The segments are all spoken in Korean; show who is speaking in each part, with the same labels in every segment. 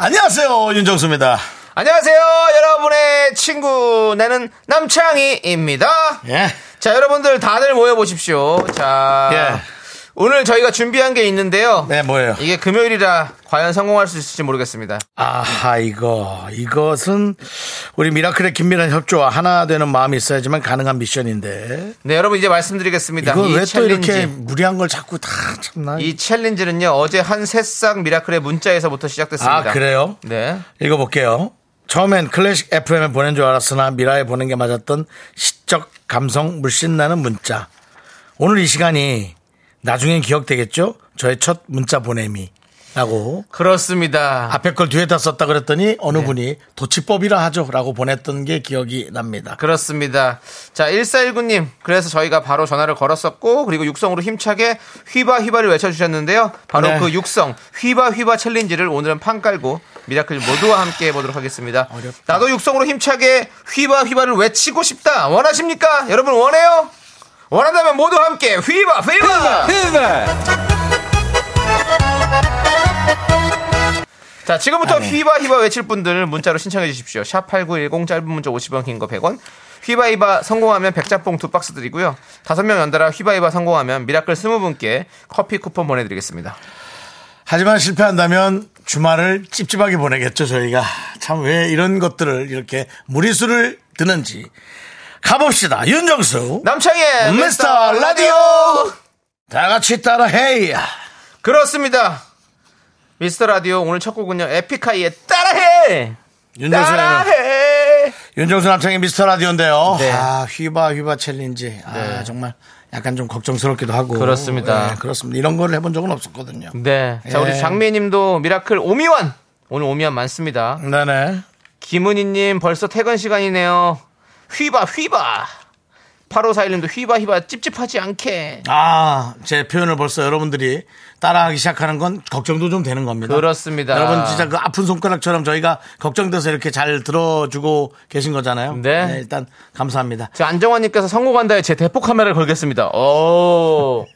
Speaker 1: 안녕하세요 윤정수입니다
Speaker 2: 안녕하세요, 여러분의 친구 나는 남창희입니다.
Speaker 1: 예.
Speaker 2: 자, 여러분들 다들 모여 보십시오. 자,
Speaker 1: 예.
Speaker 2: 오늘 저희가 준비한 게 있는데요.
Speaker 1: 네 뭐예요
Speaker 2: 이게 금요일이라 과연 성공할 수 있을지 모르겠습니다.
Speaker 1: 아하 이거 이것은 우리 미라클의 긴밀한 협조와 하나 되는 마음이 있어야지만 가능한 미션인데
Speaker 2: 네, 여러분 이제 말씀드리겠습니다.
Speaker 1: 이걸
Speaker 2: 이
Speaker 1: 왜 또
Speaker 2: 챌린지.
Speaker 1: 이렇게 음. 무리한 걸 자꾸 다 참나
Speaker 2: 이 챌린지는요 어제 한 새싹 미라클의 문자에서부터 시작됐습니다.
Speaker 1: 아 그래요
Speaker 2: 네.
Speaker 1: 읽어볼게요. 처음엔 클래식 FM에 보낸 줄 알았으나 미라에 보낸 게 맞았던 시적 감성 물씬 나는 문자. 오늘 이 시간이 나중엔 기억되겠죠? 저의 첫 문자 보냄이. 라고
Speaker 2: 그렇습니다.
Speaker 1: 앞에 걸 뒤에다 썼다 그랬더니 어느 분이 도치법이라 하죠. 라고 보냈던 게 기억이 납니다.
Speaker 2: 그렇습니다. 자, 1419님. 그래서 저희가 바로 전화를 걸었었고, 그리고 육성으로 힘차게 휘바 휘바를 외쳐주셨는데요. 바로
Speaker 1: 네.
Speaker 2: 그 육성, 휘바 휘바 챌린지를 오늘은 판 깔고, 미라클 모두와 함께 해보도록 하겠습니다.
Speaker 1: 어렵다.
Speaker 2: 나도 육성으로 힘차게 휘바 휘바를 외치고 싶다. 원하십니까? 여러분 원해요? 원한다면 모두 함께 휘바 휘바! 자, 지금부터 휘바 휘바 외칠 분들 문자로 신청해 주십시오. 샵 8910 짧은 문자 50원 긴 거 100원. 휘바 휘바 성공하면 백짬뽕 두 박스 드리고요. 다섯 명 연달아 휘바 휘바 성공하면 미라클 20분께 커피 쿠폰 보내 드리겠습니다.
Speaker 1: 하지만 실패한다면 주말을 찝찝하게 보내겠죠, 저희가. 참 왜 이런 것들을 이렇게 무리수를 드는지. 가봅시다. 윤정수.
Speaker 2: 남창의
Speaker 1: 미스터 라디오 다 같이 따라 헤이야 아,
Speaker 2: 그렇습니다. 미스터 라디오 오늘 첫 곡은요. 에픽하이의 따라해. 네,
Speaker 1: 윤정수
Speaker 2: 따라해.
Speaker 1: 윤정수 남창의 미스터 라디오인데요
Speaker 2: 네.
Speaker 1: 아 휘바 휘바 챌린지 아 정말 약간 좀 걱정스럽기도 하고
Speaker 2: 그렇습니다.
Speaker 1: 예, 그렇습니다 이런 걸 해본 적은 없었거든요
Speaker 2: 네. 자,
Speaker 1: 예.
Speaker 2: 우리 장미 님도 미라클 오미완. 오늘 오미완 많습니다.
Speaker 1: 네네
Speaker 2: 김은희님 벌써 퇴근 시간이네요. 휘바 휘바. 8541님도 휘바 휘바 찝찝하지 않게.
Speaker 1: 아제 표현을 벌써 여러분들이 따라하기 시작하는 건 걱정도 좀 되는 겁니다
Speaker 2: 그렇습니다.
Speaker 1: 여러분 진짜 그 아픈 손가락처럼 저희가 걱정돼서 이렇게 잘 들어주고 계신 거잖아요
Speaker 2: 네.
Speaker 1: 일단 감사합니다
Speaker 2: 제 안정환님께서 성공한다에 제 대포 카메라를 걸겠습니다. 오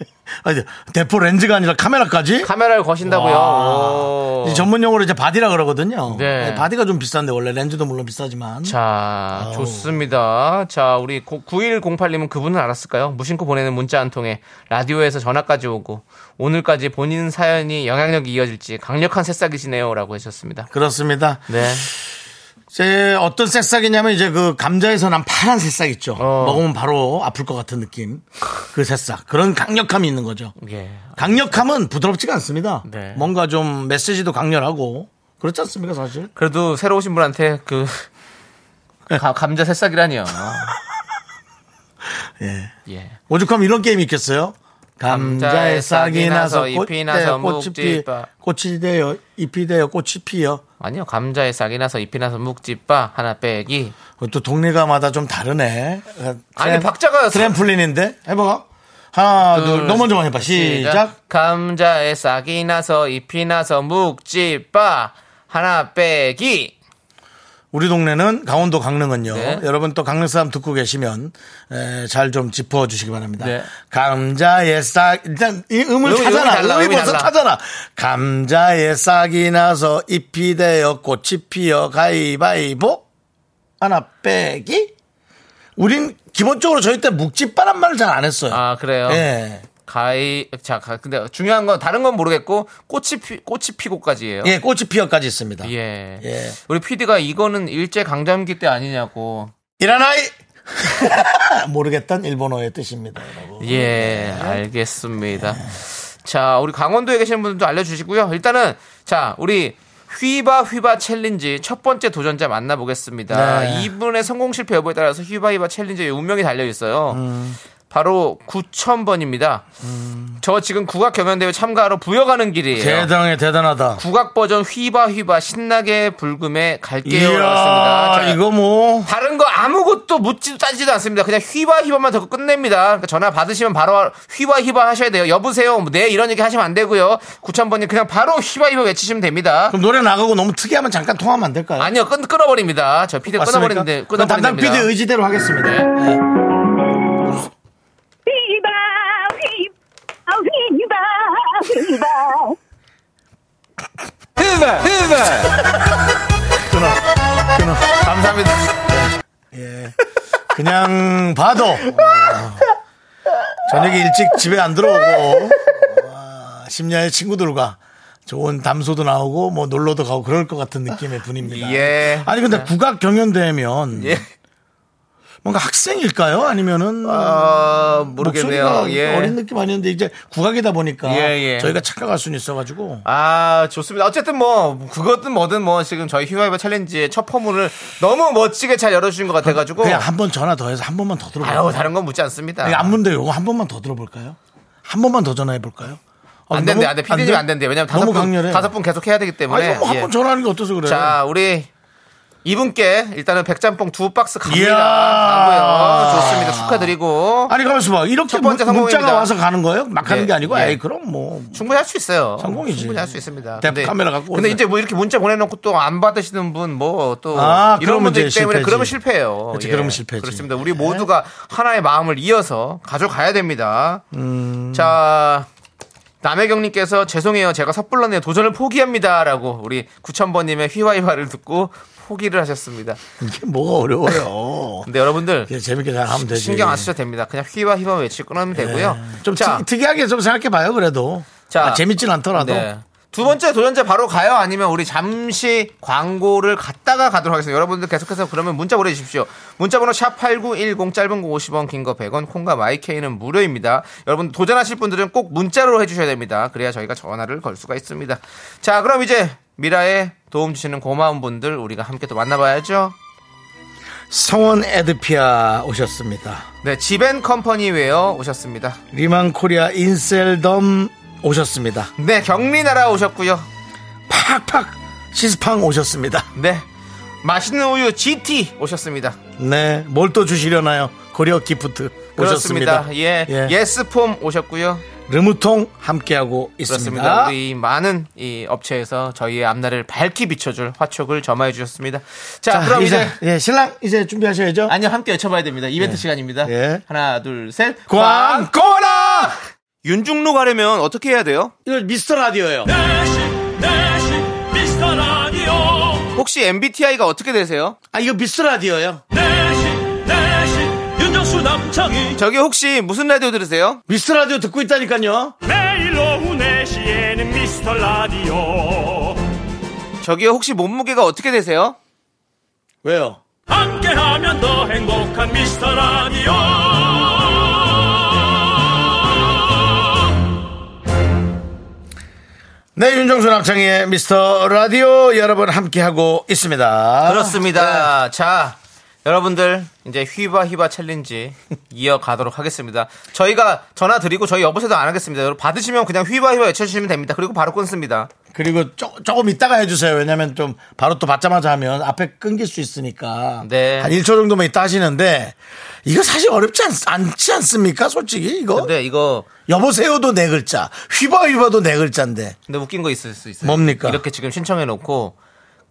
Speaker 1: 아니, 대포 렌즈가 아니라 카메라까지
Speaker 2: 카메라를 거신다고요.
Speaker 1: 와.
Speaker 2: 오.
Speaker 1: 이 전문 용어로 이제 바디라 그러거든요.
Speaker 2: 네.
Speaker 1: 네, 바디가 좀 비싼데 원래 렌즈도 물론 비싸지만.
Speaker 2: 자, 좋습니다. 자, 우리 9108님은 그분은 알았을까요? 무심코 보내는 문자 한 통에 라디오에서 전화까지 오고 오늘까지 본인 사연이 영향력이 이어질지 강력한 새싹이시네요. 라고 하셨습니다.
Speaker 1: 그렇습니다.
Speaker 2: 네.
Speaker 1: 제 어떤 새싹이냐면 이제 그 감자에서 난 파란 새싹 있죠.
Speaker 2: 어.
Speaker 1: 먹으면 바로 아플 것 같은 느낌. 그 새싹. 그런 강력함이 있는 거죠.
Speaker 2: 예.
Speaker 1: 강력함은 부드럽지가 않습니다.
Speaker 2: 네.
Speaker 1: 뭔가 좀 메시지도 강렬하고 그렇지 않습니까 사실?
Speaker 2: 그래도 새로 오신 분한테 그 가- 감자 새싹이라니요.
Speaker 1: 예.
Speaker 2: 예.
Speaker 1: 오죽하면 이런 게임이 있겠어요? 감자에 싹이 나서
Speaker 2: 잎이 나서
Speaker 1: 꽃
Speaker 2: 묵지
Speaker 1: 피
Speaker 2: 빠.
Speaker 1: 꽃이 되어 잎이 되어 꽃이 피어
Speaker 2: 아니요. 감자에 싹이 나서 잎이 나서 묵지빠 하나 빼기.
Speaker 1: 어, 또 동네가마다 좀 다르네.
Speaker 2: 아니, 박자가
Speaker 1: 트램플린인데 해봐. 하나, 둘,
Speaker 2: 둘,
Speaker 1: 너 먼저 해봐. 시작.
Speaker 2: 감자에 싹이 나서 잎이 나서 묵지빠 하나 빼기.
Speaker 1: 우리 동네는 강원도 강릉은요.
Speaker 2: 네.
Speaker 1: 여러분 또 강릉 사람 듣고 계시면 잘 좀 짚어주시기 바랍니다.
Speaker 2: 네.
Speaker 1: 감자의 싹 일단 이 음을
Speaker 2: 음이
Speaker 1: 타잖아.
Speaker 2: 달라,
Speaker 1: 음이
Speaker 2: 음이
Speaker 1: 벌써
Speaker 2: 달라.
Speaker 1: 타잖아. 감자의 싹이 나서 잎이 되어 꽃이 피어 가위바위보 하나 빼기. 우린 기본적으로 저희 때 묵집바란 말을 잘 안 했어요.
Speaker 2: 아, 그래요?
Speaker 1: 예.
Speaker 2: 가이 자, 가- 근데 중요한 건 다른 건 모르겠고 꽃이 피, 꽃이 피고까지예요.
Speaker 1: 예, 꽃이 피어까지 있습니다.
Speaker 2: 예.
Speaker 1: 예.
Speaker 2: 우리 PD가 이거는 일제 강점기 때 아니냐고.
Speaker 1: 일어나이! 모르겠단 일본어의 뜻입니다. 여러분.
Speaker 2: 예,
Speaker 1: 네.
Speaker 2: 알겠습니다. 자, 우리 강원도에 계시는 분들도 알려주시고요. 일단은, 자, 우리 휘바 휘바 챌린지 첫 번째 도전자 만나보겠습니다.
Speaker 1: 네. 음.
Speaker 2: 이분의 성공 실패 여부에 따라서 휘바 휘바 챌린지의 운명이 달려 있어요. 바로 9,000번입니다. 저 지금 국악 경연대회 참가하러 부여가는 길이에요.
Speaker 1: 대단해 대단하다.
Speaker 2: 국악 버전 휘바휘바 신나게 불금에 갈게요. 나왔습니다.
Speaker 1: 이야
Speaker 2: 예, 자,
Speaker 1: 이거 뭐
Speaker 2: 다른 거 아무것도 묻지도 따지도 않습니다. 그냥 휘바휘바만 듣고 끝냅니다. 그러니까 전화 받으시면 바로 휘바휘바 하셔야 돼요. 여보세요. 뭐, 네 이런 얘기 하시면 안 되고요. 9,000번님 그냥 바로 휘바휘바 외치시면 됩니다.
Speaker 1: 그럼 노래 나가고 너무 특이하면 잠깐 통화하면 안 될까요?
Speaker 2: 아니요. 끊, 끊어버립니다. 저 피디
Speaker 1: 맞습니까?
Speaker 2: 끊어버리는데
Speaker 1: 그럼 담당 PD
Speaker 2: 끊어버립니다.
Speaker 1: 의지대로 하겠습니다.
Speaker 2: 네.
Speaker 1: 네.
Speaker 3: 휘바 휘바 휘바 휘바
Speaker 1: 끊어 끊어.
Speaker 2: 감사합니다.
Speaker 1: 그냥 봐도 와. 저녁에 일찍 집에 안 들어오고 와, 심야에 친구들과 좋은 담소도 나오고 뭐 놀러도 가고 그럴 것 같은 느낌의 분입니다.
Speaker 2: 예.
Speaker 1: 아니 근데 국악 경연대회면
Speaker 2: 예.
Speaker 1: 뭔가 학생일까요? 아니면은
Speaker 2: 아, 모르겠네요.
Speaker 1: 목소리가
Speaker 2: 예.
Speaker 1: 어린 느낌 아니었는데 이제 국악이다 보니까
Speaker 2: 예, 예.
Speaker 1: 저희가 착각할 수는 있어가지고
Speaker 2: 아, 좋습니다. 어쨌든 뭐, 그것든 뭐든 뭐, 지금 저희 휘바이바 챌린지의 첫 포문을 너무 멋지게 잘 열어주신 것 같아가지고.
Speaker 1: 그냥 한 번 전화 더 해서 한 번만 더
Speaker 2: 아유,
Speaker 1: 들어볼까요?
Speaker 2: 다른 건 묻지 않습니다.
Speaker 1: 아니, 안 문데 요거 한 번만 더 들어볼까요? 한 번만 더 전화해 볼까요? 아,
Speaker 2: 안 된대, 안 돼. 피디님 안 된대. 왜냐면 다섯
Speaker 1: 너무
Speaker 2: 분,
Speaker 1: 강렬해.
Speaker 2: 다섯 분 계속 해야 되기 때문에.
Speaker 1: 아니,
Speaker 2: 예.
Speaker 1: 한번 전화하는 게 어때서 그래요?
Speaker 2: 자, 우리 이분께 일단은 백짬뽕 두 박스
Speaker 1: 이야.
Speaker 2: 갑니다. 가고요. 좋습니다. 축하드리고.
Speaker 1: 아니 가만있어 봐. 이렇게
Speaker 2: 첫 번째
Speaker 1: 문- 문자가
Speaker 2: 성공입니다.
Speaker 1: 와서 가는 거예요? 막 가는
Speaker 2: 예,
Speaker 1: 게 아니고,
Speaker 2: 예.
Speaker 1: 에이 그럼 뭐
Speaker 2: 충분히 할 수 있어요.
Speaker 1: 성공이지.
Speaker 2: 충분히 할 수 있습니다.
Speaker 1: 대- 카메라 갖고
Speaker 2: 근데
Speaker 1: 오세요.
Speaker 2: 이제 뭐 이렇게 문자 보내놓고 또 안 받으시는 분, 뭐 또
Speaker 1: 아,
Speaker 2: 이런
Speaker 1: 그러면
Speaker 2: 분들
Speaker 1: 이제
Speaker 2: 때문에
Speaker 1: 실패지.
Speaker 2: 그러면 실패예요.
Speaker 1: 그치, 그러면 실패지.
Speaker 2: 그렇습니다. 우리
Speaker 1: 예.
Speaker 2: 모두가 하나의 마음을 이어서 가져가야 됩니다.
Speaker 1: 음.
Speaker 2: 자. 남혜경님께서 죄송해요. 제가 섣불렀네요. 도전을 포기합니다라고 우리 9천번님의 휘와이와를 듣고 포기를 하셨습니다.
Speaker 1: 이게 뭐가 어려워요.
Speaker 2: 근데 여러분들
Speaker 1: 그냥 재밌게 잘 하면 되지.
Speaker 2: 신경 안 쓰셔도 됩니다. 그냥 휘바휘바 외치고 끊으면 되고요.
Speaker 1: 예. 좀
Speaker 2: 자,
Speaker 1: 특, 이하게좀 생각해 봐요, 그래도.
Speaker 2: 자.
Speaker 1: 아, 재밌진 않더라도.
Speaker 2: 네. 두 번째 도전자 바로 가요? 아니면 우리 잠시 광고를 갔다가 가도록 하겠습니다. 여러분들 계속해서 그러면 문자 보내주십시오. 문자번호 샵8910 짧은 거 50원, 긴 거 100원, 콩과 마이케이는 무료입니다. 여러분 도전하실 분들은 꼭 문자로 해주셔야 됩니다. 그래야 저희가 전화를 걸 수가 있습니다. 자, 그럼 이제 미라에 도움 주시는 고마운 분들 우리가 함께 또 만나봐야죠.
Speaker 1: 성원 에드피아 오셨습니다.
Speaker 2: 네, 지벤 컴퍼니웨어 오셨습니다.
Speaker 1: 리만 코리아 인셀덤 오셨습니다.
Speaker 2: 네, 경리나라 오셨고요.
Speaker 1: 팍팍 시스팡 오셨습니다.
Speaker 2: 네, 맛있는 우유 GT 오셨습니다.
Speaker 1: 네, 뭘 또 주시려나요? 고려 기프트 오셨습니다.
Speaker 2: 그렇습니다. 예. 예스폼 오셨고요.
Speaker 1: 르무통 함께하고 있습니다.
Speaker 2: 그렇습니다. 우리 이 많은 이 업체에서 저희의 앞날을 밝게 비춰줄 화촉을 점화해 주셨습니다. 자,
Speaker 1: 자,
Speaker 2: 그럼
Speaker 1: 이제,
Speaker 2: 이제
Speaker 1: 예, 신랑 이제 준비하셔야죠.
Speaker 2: 아니요 함께 외쳐봐야 됩니다. 이벤트 시간입니다.
Speaker 1: 예.
Speaker 2: 하나, 둘, 셋.
Speaker 1: 광-
Speaker 2: 광고라. 윤중로 가려면 어떻게 해야 돼요?
Speaker 1: 이거 미스터 라디오예요.
Speaker 4: 내시 내시 미스터 라디오
Speaker 2: 혹시 MBTI가 어떻게 되세요?
Speaker 1: 아, 이거 미스터 라디오예요.
Speaker 4: 내시 내시 윤정수 남창희
Speaker 2: 저기 혹시 무슨 라디오 들으세요?
Speaker 1: 미스터 라디오 듣고 있다니까요.
Speaker 4: 매일 오후 4시에는 미스터 라디오
Speaker 2: 저기 혹시 몸무게가 어떻게 되세요?
Speaker 1: 왜요?
Speaker 4: 함께하면 더 행복한 미스터 라디오
Speaker 1: 네, 윤정수 남창희의 미스터 라디오 여러분 함께하고 있습니다. 아, 네.
Speaker 2: 그렇습니다. 자, 여러분들 이제 휘바 휘바 챌린지 이어가도록 하겠습니다. 저희가 전화 드리고 저희 여보세도 안 하겠습니다. 여러분 받으시면 그냥 휘바 휘바 외쳐주시면 됩니다. 그리고 바로 끊습니다.
Speaker 1: 그리고 조, 금 이따가 해주세요. 왜냐면 좀 바로 또 받자마자 하면 앞에 끊길 수 있으니까.
Speaker 2: 네.
Speaker 1: 한 1초 정도만 있다 하시는데 이거 사실 어렵지 않, 지 않습니까? 솔직히 이거.
Speaker 2: 근데 이거
Speaker 1: 여보세요도 네 글자. 휘바휘바도 네 글자인데.
Speaker 2: 근데 웃긴 거 있을 수 있어요.
Speaker 1: 뭡니까?
Speaker 2: 이렇게 지금 신청해 놓고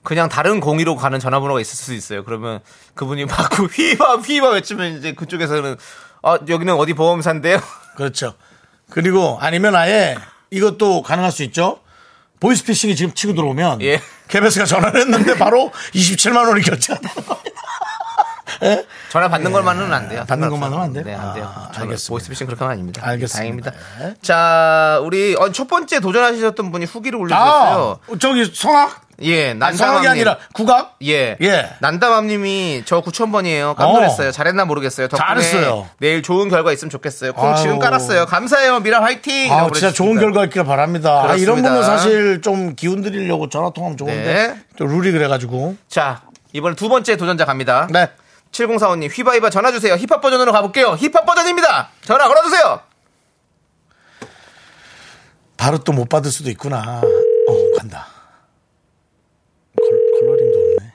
Speaker 2: 그냥 다른 공의로 가는 전화번호가 있을 수 있어요. 그러면 그분이 받고 휘바 휘바 외치면 이제 그쪽에서는 아 여기는 어디 보험사인데요.
Speaker 1: 그렇죠. 그리고 아니면 아예 이것도 가능할 수 있죠. 보이스피싱이 지금 치고 들어오면
Speaker 2: 예.
Speaker 1: KBS가 전화를 했는데 바로 27만 원을 결제한다는 겁니다. 예?
Speaker 2: 전화 받는 것만은 안 돼요.
Speaker 1: 받는 것만은 안 돼요?
Speaker 2: 네,
Speaker 1: 아,
Speaker 2: 안 돼요. 전화,
Speaker 1: 알겠습니다.
Speaker 2: 보이스피싱 그렇게 하면 아닙니다.
Speaker 1: 알겠습니다.
Speaker 2: 다행입니다.
Speaker 1: 네.
Speaker 2: 자, 우리 어, 첫 번째 도전하셨던 분이 후기를 올려주셨어요.
Speaker 1: 아, 저기 성악?
Speaker 2: 예,
Speaker 1: 아니, 성악이
Speaker 2: 난담함님.
Speaker 1: 아니라 국악?
Speaker 2: 예.
Speaker 1: 예.
Speaker 2: 난담함님이 저 9,000번이에요. 깜놀했어요.
Speaker 1: 어.
Speaker 2: 잘했나 모르겠어요. 덕분에
Speaker 1: 잘했어요.
Speaker 2: 내일 좋은 결과 있으면 좋겠어요. 콩 지금
Speaker 1: 아유.
Speaker 2: 깔았어요. 감사해요. 미라 화이팅!
Speaker 1: 아,
Speaker 2: 라고
Speaker 1: 진짜 좋은
Speaker 2: 보내주셨습니다.
Speaker 1: 결과 있기를 바랍니다. 아, 이런
Speaker 2: 그렇습니다.
Speaker 1: 분은 사실 좀 기운 드리려고 전화 통하면 좋은데
Speaker 2: 네.
Speaker 1: 또 룰이 그래가지고
Speaker 2: 자, 이번에 두 번째 도전자 갑니다.
Speaker 1: 네.
Speaker 2: 7045님 휘바휘바 전화 주세요. 힙합 버전으로 가볼게요. 힙합 버전입니다. 전화 걸어주세요.
Speaker 1: 바로 또 못 받을 수도 있구나. 어, 간다. 컬, 컬러링도 없네.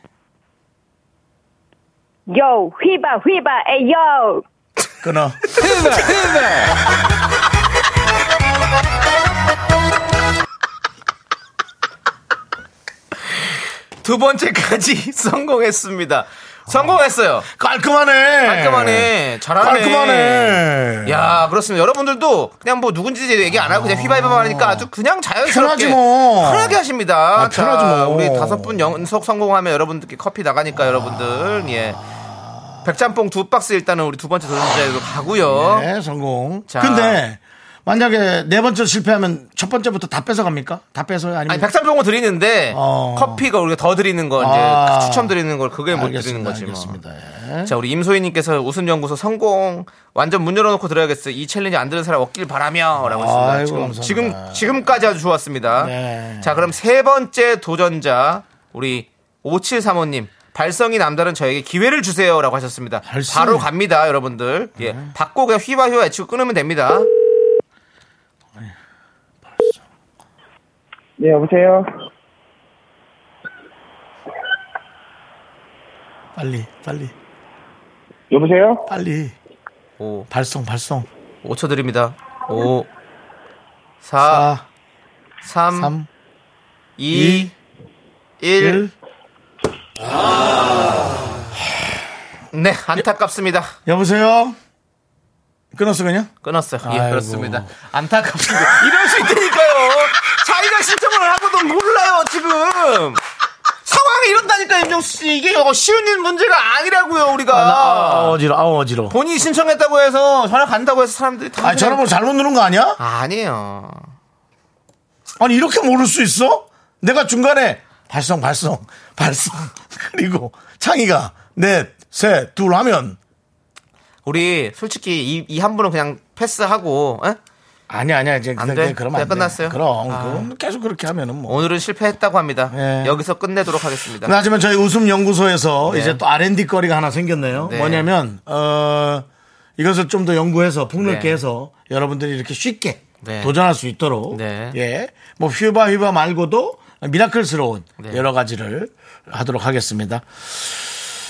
Speaker 3: 요 휘바 휘바 에요
Speaker 1: 끊어.
Speaker 2: 두 번째까지 성공했습니다. 성공했어요.
Speaker 1: 깔끔하네.
Speaker 2: 깔끔하네. 잘하네.
Speaker 1: 깔끔하네.
Speaker 2: 야, 그렇습니다. 여러분들도 그냥 뭐 누군지 얘기 안 하고 그냥 휘바이바만 하니까 아주 그냥 자연스럽게
Speaker 1: 편하지 뭐.
Speaker 2: 편하게 하십니다.
Speaker 1: 아, 편하지
Speaker 2: 자,
Speaker 1: 뭐.
Speaker 2: 우리 다섯 분 연속 성공하면 여러분들께 커피 나가니까 여러분들 예. 백짬뽕 두 박스 일단은 우리 두 번째 도전자에도 가고요.
Speaker 1: 네, 성공.
Speaker 2: 어? 자.
Speaker 1: 근데 만약에 네 번째 실패하면 첫 번째부터 다 뺏어 갑니까? 다 뺏어요? 아니면
Speaker 2: 아니 백짬뽕은 드리는데
Speaker 1: 어.
Speaker 2: 커피가 우리가 더 드리는 건 이제
Speaker 1: 아.
Speaker 2: 추첨 드리는 걸 그게 못 드리는
Speaker 1: 알겠습니다,
Speaker 2: 거지 뭐.
Speaker 1: 알겠습니다. 예.
Speaker 2: 자 우리 임소희님께서 웃음 연구소 성공 완전 문 열어놓고 들어야겠어 이 챌린지 안 들은 사람 없길 바라며라고 했습니다.
Speaker 1: 아이고,
Speaker 2: 지금
Speaker 1: 감사합니다.
Speaker 2: 지금 지금까지 아주 좋았습니다.
Speaker 1: 네.
Speaker 2: 자 그럼 세 번째 도전자 우리 5735님 발성이 남다른 저에게 기회를 주세요라고 하셨습니다.
Speaker 1: 발성. 네.
Speaker 2: 바로 갑니다 여러분들. 예 받고 그냥 휘바휘바 외치고 끊으면 됩니다.
Speaker 5: 네, 여보세요?
Speaker 1: 빨리, 빨리,
Speaker 5: 여보세요?
Speaker 1: 빨리.
Speaker 2: 오
Speaker 1: 발송, 발송.
Speaker 2: 5초 드립니다. 5 4
Speaker 1: 4,
Speaker 2: 3
Speaker 1: 3,
Speaker 2: 2
Speaker 1: 1.
Speaker 2: 1 네, 안타깝습니다.
Speaker 1: 여보세요? 끊었어, 그냥?
Speaker 2: 끊었어요. 예,
Speaker 1: 아이고.
Speaker 2: 그렇습니다. 안타깝습니다. 이럴 수 있다니까요. 자기가 신청을 하고도 몰라요, 지금. 상황이 이런다니까, 임정수 씨. 이게 어, 쉬운 일 문제가 아니라고요, 우리가.
Speaker 1: 아, 나, 아, 어지러, 아, 어지러.
Speaker 2: 본인이 신청했다고 해서, 전화 간다고 해서 사람들이 다.
Speaker 1: 아, 전화번호 잘못 누른 거 아니야?
Speaker 2: 니에요
Speaker 1: 아니, 이렇게 모를 수 있어? 내가 중간에 발송, 발송, 발송. 그리고 창의가 넷, 셋, 둘 하면.
Speaker 2: 우리, 솔직히, 이, 이 한 분은 그냥 패스하고, 예?
Speaker 1: 아니야, 아니야. 이제
Speaker 2: 안
Speaker 1: 그냥-
Speaker 2: 돼?
Speaker 1: 그냥 그러면 안
Speaker 2: 그냥 끝났어요?
Speaker 1: 돼. 그럼,
Speaker 2: 아.
Speaker 1: 그럼 계속 그렇게 하면은 뭐.
Speaker 2: 오늘은 실패했다고 합니다.
Speaker 1: 예.
Speaker 2: 여기서 끝내도록 하겠습니다.
Speaker 1: 네, 하지만 저희 웃음 연구소에서
Speaker 2: 네.
Speaker 1: 이제 또 R&D 거리가 하나 생겼네요.
Speaker 2: 네.
Speaker 1: 뭐냐면 어, 이것을 좀 더 연구해서 폭넓게
Speaker 2: 네.
Speaker 1: 해서 여러분들이 이렇게 쉽게
Speaker 2: 네.
Speaker 1: 도전할 수 있도록
Speaker 2: 네.
Speaker 1: 예, 뭐 휘바 휘바 말고도 미라클스러운
Speaker 2: 네.
Speaker 1: 여러 가지를 하도록 하겠습니다.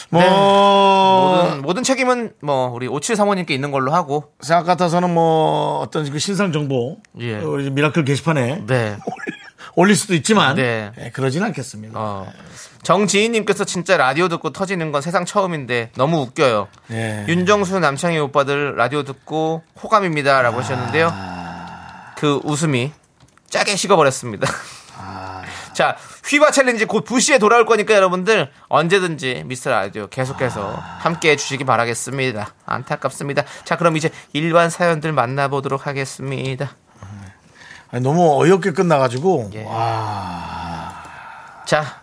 Speaker 1: 뭐
Speaker 2: 모든, 모든 책임은, 뭐, 우리 5735님께 있는 걸로 하고,
Speaker 1: 생각 같아서는 뭐 어떤 그 신상 정보
Speaker 2: 네. 예.
Speaker 1: 어, 이제 미라클 게시판에
Speaker 2: 네.
Speaker 1: 올릴 수도 있지만
Speaker 2: 네.
Speaker 1: 예, 그러진 않겠습니다.
Speaker 2: 어. 정지희님께서 진짜 라디오 듣고 터지는 건 세상 처음인데 너무 웃겨요.
Speaker 1: 예.
Speaker 2: 윤정수 남창희 오빠들 라디오 듣고 호감입니다라고 하셨는데요. 그 웃음이 짜게 식어버렸습니다. 자 휘바 챌린지 곧 부시에 돌아올 거니까 여러분들 언제든지 미스터 라디오 계속해서 함께해 주시기 바라겠습니다. 안타깝습니다. 자 그럼 이제 일반 사연들 만나보도록 하겠습니다.
Speaker 1: 아니, 너무 어이없게 끝나가지고
Speaker 2: 예.
Speaker 1: 와,
Speaker 2: 자,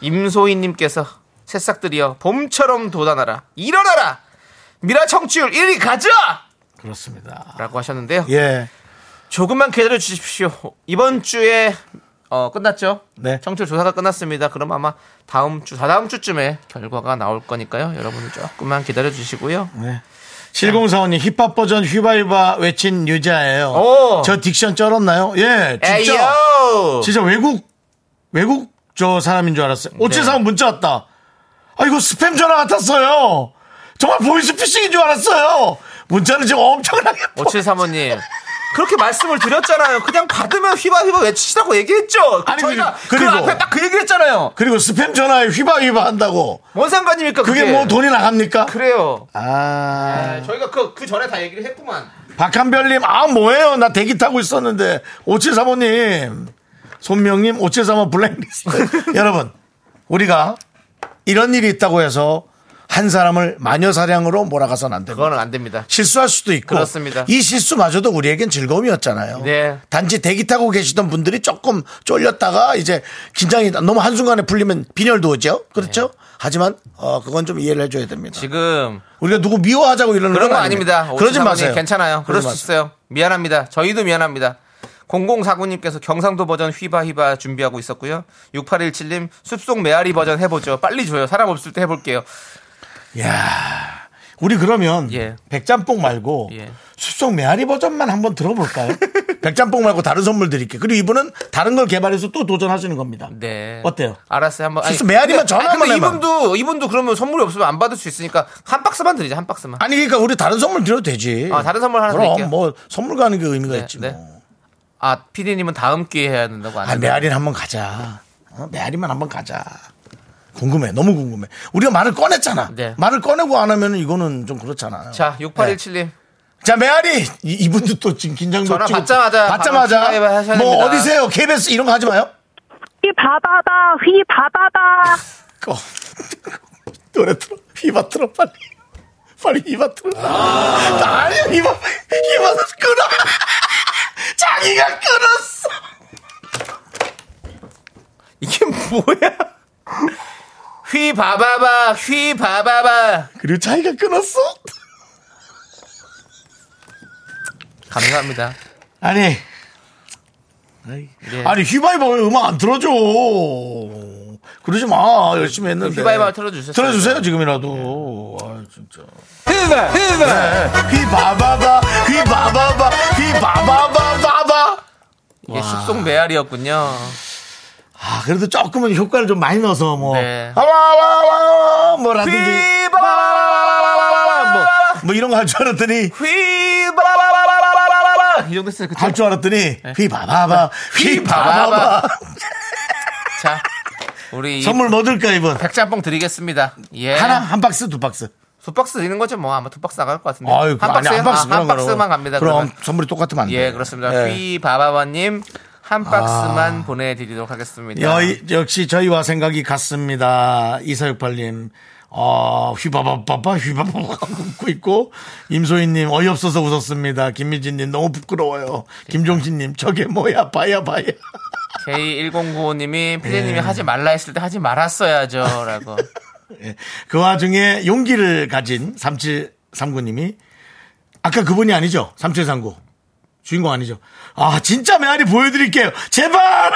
Speaker 2: 임소희님께서 새싹들이여 봄처럼 돋아나라 일어나라 미라 청취율 1위 가자라고
Speaker 1: 그렇습니다.
Speaker 2: 하셨는데요.
Speaker 1: 예.
Speaker 2: 조금만 기다려 주십시오. 이번 주에 어, 끝났죠?
Speaker 1: 네.
Speaker 2: 청취율 조사가 끝났습니다. 그럼 아마 다음 주, 다다음 주쯤에 결과가 나올 거니까요. 여러분은 조금만 기다려 주시고요.
Speaker 1: 네. 7045님 힙합 버전 휘바휘바 외친 유자예요.
Speaker 2: 오.
Speaker 1: 저 딕션 쩔었나요? 예, 진짜.
Speaker 2: 에이요!
Speaker 1: 진짜 외국 외국 저 사람인 줄 알았어요.
Speaker 2: 네.
Speaker 1: 5745 문자 왔다. 아 이거 스팸 전화 같았어요. 정말 보이스피싱인 줄 알았어요. 문자는 지금 엄청나게
Speaker 2: 어, 5735님. 그렇게 말씀을 드렸잖아요. 그냥 받으면 휘바휘바 외치시라고 얘기했죠.
Speaker 1: 아니,
Speaker 2: 저희가 그
Speaker 1: 그리고-
Speaker 2: 앞에 딱 그 얘기를 했잖아요.
Speaker 1: 그리고 스팸 전화에 휘바휘바 한다고.
Speaker 2: 뭔 상관입니까?
Speaker 1: 그게 뭐 돈이 나갑니까?
Speaker 2: 그래요.
Speaker 1: 아.
Speaker 2: 저희가 그, 그 전에 다 얘기를 했구만.
Speaker 1: 박한별님, 아, 뭐예요? 나 대기 타고 있었는데. 5735님, 손명님, 5735 블랙리스트. 여러분, 우리가 이런 일이 있다고 해서 한 사람을 마녀사냥으로 몰아가선 안 됩니다.
Speaker 2: 그거는 안 됩니다.
Speaker 1: 실수할 수도 있고.
Speaker 2: 그렇습니다.
Speaker 1: 이 실수마저도 우리에겐 즐거움이었잖아요.
Speaker 2: 네.
Speaker 1: 단지 대기 타고 계시던 분들이 조금 쫄렸다가 이제 긴장이 너무 한순간에 풀리면 빈혈도 오죠. 그렇죠? 하지만, 어, 그건 좀 이해를 해줘야 됩니다.
Speaker 2: 네. 지금
Speaker 1: 우리가 누구 미워하자고 이러는
Speaker 2: 그런
Speaker 1: 건
Speaker 2: 거 아닙니다.
Speaker 1: 그러지
Speaker 2: 오치사모님
Speaker 1: 마세요.
Speaker 2: 괜찮아요. 그럴
Speaker 1: 그러지
Speaker 2: 수
Speaker 1: 마세요.
Speaker 2: 있어요. 미안합니다. 저희도 미안합니다. 0049님께서 경상도 버전 휘바휘바 준비하고 있었고요. 6817님 숲속 메아리 버전 해보죠. 빨리 줘요. 사람 없을 때 해볼게요.
Speaker 1: 야 우리 그러면
Speaker 2: 예.
Speaker 1: 백짬뽕 말고
Speaker 2: 예.
Speaker 1: 숲속 메아리 버전만 한번 들어볼까요? 백짬뽕 말고 다른 선물 드릴게요. 그리고 이분은 다른 걸 개발해서 또 도전하시는 겁니다.
Speaker 2: 네.
Speaker 1: 어때요?
Speaker 2: 알았어요. 한번.
Speaker 1: 실수 메아리만
Speaker 2: 근데-
Speaker 1: 전화
Speaker 2: 아니, 근데
Speaker 1: 한번 해봐.
Speaker 2: 이분도 이분도 그러면 선물이 없으면 안 받을 수 있으니까 한 박스만 드리자. 한 박스만.
Speaker 1: 아니 그러니까 우리 다른 선물 드려도 되지.
Speaker 2: 아, 다른 선물 하나
Speaker 1: 그럼
Speaker 2: 드릴게요.
Speaker 1: 뭐 선물 가는 게 의미가
Speaker 2: 네,
Speaker 1: 있지
Speaker 2: 네.
Speaker 1: 뭐.
Speaker 2: 아, 피디님은 다음 기회에 해야 된다고 안
Speaker 1: 아,
Speaker 2: 했나요?
Speaker 1: 메아리는 한번 가자. 어, 메아리만 한번 가자. 궁금해. 너무 궁금해. 우리가 말을 꺼냈잖아.
Speaker 2: 네.
Speaker 1: 말을 꺼내고 안 하면 이거는 좀 그렇잖아. 네.
Speaker 2: 자, 6817님.
Speaker 1: 자 메아리 이, 분도또 지금 긴장도
Speaker 2: 전화
Speaker 1: 없지고
Speaker 2: 받자마자
Speaker 1: 받자마자
Speaker 2: 바로 전화 하셔야
Speaker 1: 뭐
Speaker 2: 됩니다.
Speaker 1: 어디세요 KBS 이런 거 하지 마요
Speaker 3: 휘바바바 휘바바바
Speaker 1: 꺼. 어, 노래 틀어 이바 틀어 빨리 빨리 이바 틀어 아~ 아니야 이바 이바는 끊어 자기가 끊었어
Speaker 2: 이게 뭐야? 휘바바바, 휘바바바.
Speaker 1: 그리고 자기가 끊었어
Speaker 2: 감사합니다.
Speaker 1: 아니
Speaker 2: 예.
Speaker 1: 아니 휘바이바 왜 음악 안 틀어줘 그러지 마 열심히 했는데
Speaker 2: 휘바이바 틀어주셨어요.
Speaker 1: 틀어주세요 지금이라도 아 진짜
Speaker 2: 예.
Speaker 1: 네.
Speaker 2: 휘바, 휘바.
Speaker 1: 휘바바바 휘바바바 휘바바바바바
Speaker 2: 이게 숙성 메아리였군요.
Speaker 1: 아 그래도 조금은 효과를 좀 많이 넣어서 뭐
Speaker 2: 네.
Speaker 1: 아와와와 뭐라든지
Speaker 2: 휘바바바바바바.
Speaker 1: 뭐 이런 거 할 줄 알았더니
Speaker 2: 휘바바바바바바바. 이 정도 했어요. 그쵸?
Speaker 1: 할 줄 알았더니
Speaker 2: 네.
Speaker 1: 휘바바바 휘바바바
Speaker 2: 자, 우리 이
Speaker 1: 선물 뭐 들까 이번
Speaker 2: 백짬뽕 드리겠습니다. 예.
Speaker 1: 하나 한 박스 두 박스
Speaker 2: 두 박스 드리는 거죠. 뭐 아마 두 박스 나갈 것 같은데.
Speaker 1: 아유
Speaker 2: 한
Speaker 1: 아니,
Speaker 2: 박스요?
Speaker 1: 한 박스
Speaker 2: 아,
Speaker 1: 그런
Speaker 2: 한 박스만
Speaker 1: 거라고.
Speaker 2: 갑니다.
Speaker 1: 그럼
Speaker 2: 그러면.
Speaker 1: 선물이 똑같으면 안 돼요
Speaker 2: 예, 그렇습니다.
Speaker 1: 예.
Speaker 2: 휘바바바님 한 박스만 보내드리도록 하겠습니다.
Speaker 1: 여의- 역시 저희와 생각이 같습니다. 2468님, 어, 휘바바바바, 휘바바바바 웃고 있고, 임소희님, 어이없어서 웃었습니다. 김미진님, 너무 부끄러워요. 김종신님, 저게 뭐야, 바야, 바야.
Speaker 2: K1095님이 피디님이 하지 말라 했을 때 하지 말았어야죠라고.
Speaker 1: 예. 그 와중에 용기를 가진 3739님이, 아까 그분이 아니죠? 3739. 주인공 아니죠? 아, 진짜 메아리 보여드릴게요. 제발!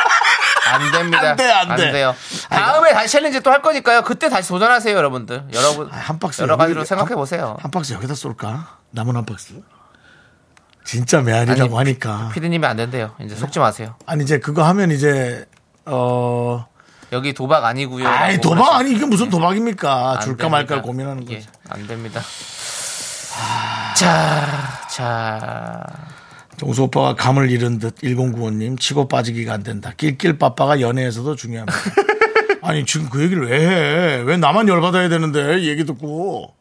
Speaker 2: 안 됩니다.
Speaker 1: 안 돼, 안 돼.
Speaker 2: 요 다음에 다시 챌린지 또 할 거니까요. 그때 다시 도전하세요, 여러분들. 여러분
Speaker 1: 아, 한 박스
Speaker 2: 여러 가지로
Speaker 1: 여기-
Speaker 2: 생각해
Speaker 1: 한,
Speaker 2: 보세요.
Speaker 1: 한 박스 여기다 쏠까? 남은 한 박스. 진짜 메아리라고
Speaker 2: 아니,
Speaker 1: 하니까.
Speaker 2: 피디님이 안 된대요. 이제 속지 마세요.
Speaker 1: 아니 이제 그거 하면 이제 어
Speaker 2: 여기 도박 아니고요.
Speaker 1: 아이 도박 아니 이게 무슨 도박입니까? 줄까 말까 고민하는 아.
Speaker 2: 예,
Speaker 1: 거지.
Speaker 2: 안 됩니다. 자, 자.
Speaker 1: 정수 오빠가 감을 잃은 듯 1095님 치고 빠지기가 안 된다. 낄낄 빠빠가 연애에서도 중요합니다. 아니 지금 그 얘기를 왜 해? 왜 나만 열받아야 되는데 이 얘기 듣고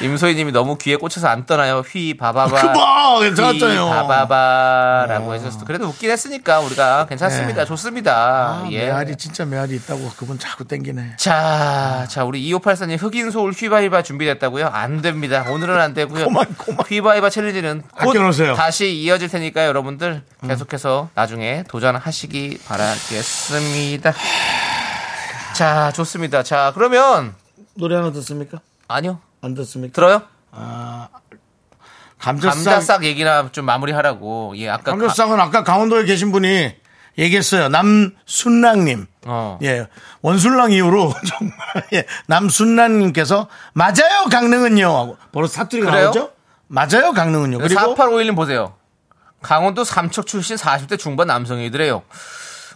Speaker 2: 임소희님이 너무 귀에 꽂혀서 안 떠나요. 휘 바바바.
Speaker 1: 그봐 뭐! 괜찮았잖아요.
Speaker 2: 바바바라고 해줬어. 그래도 웃긴 했으니까 우리가 괜찮습니다.
Speaker 1: 네.
Speaker 2: 좋습니다.
Speaker 1: 아,
Speaker 2: 예.
Speaker 1: 메아리 진짜 메아리 있다고 그분 자꾸 땡기네.
Speaker 2: 자, 자 우리 2584님 흑인 소울 휘바이바 준비됐다고요? 안 됩니다. 오늘은 안 되고요.
Speaker 1: 그만, 그만.
Speaker 2: 휘바이바 챌린지는 곧
Speaker 1: 아껴놓으세요.
Speaker 2: 다시 이어질 테니까 여러분들 계속해서 나중에 도전하시기 바라겠습니다. 자, 좋습니다. 자, 그러면
Speaker 1: 노래 하나 듣습니까?
Speaker 2: 아니요.
Speaker 1: 안 듣습니까?
Speaker 2: 들어요?
Speaker 1: 감자싹
Speaker 2: 감자싹 얘기나 좀 마무리하라고. 예, 아까 가-
Speaker 1: 감자상은 아까 강원도에 계신 분이 얘기했어요. 남순랑님.
Speaker 2: 어.
Speaker 1: 예. 원순랑 이후로 정말 예. 남순랑님께서 맞아요 강릉은요 하고 바로 사투리가
Speaker 2: 그래요?
Speaker 1: 나오죠. 맞아요 강릉은요. 그리고
Speaker 2: 4851님 보세요. 강원도 삼척 출신 40대 중반 남성이더래요.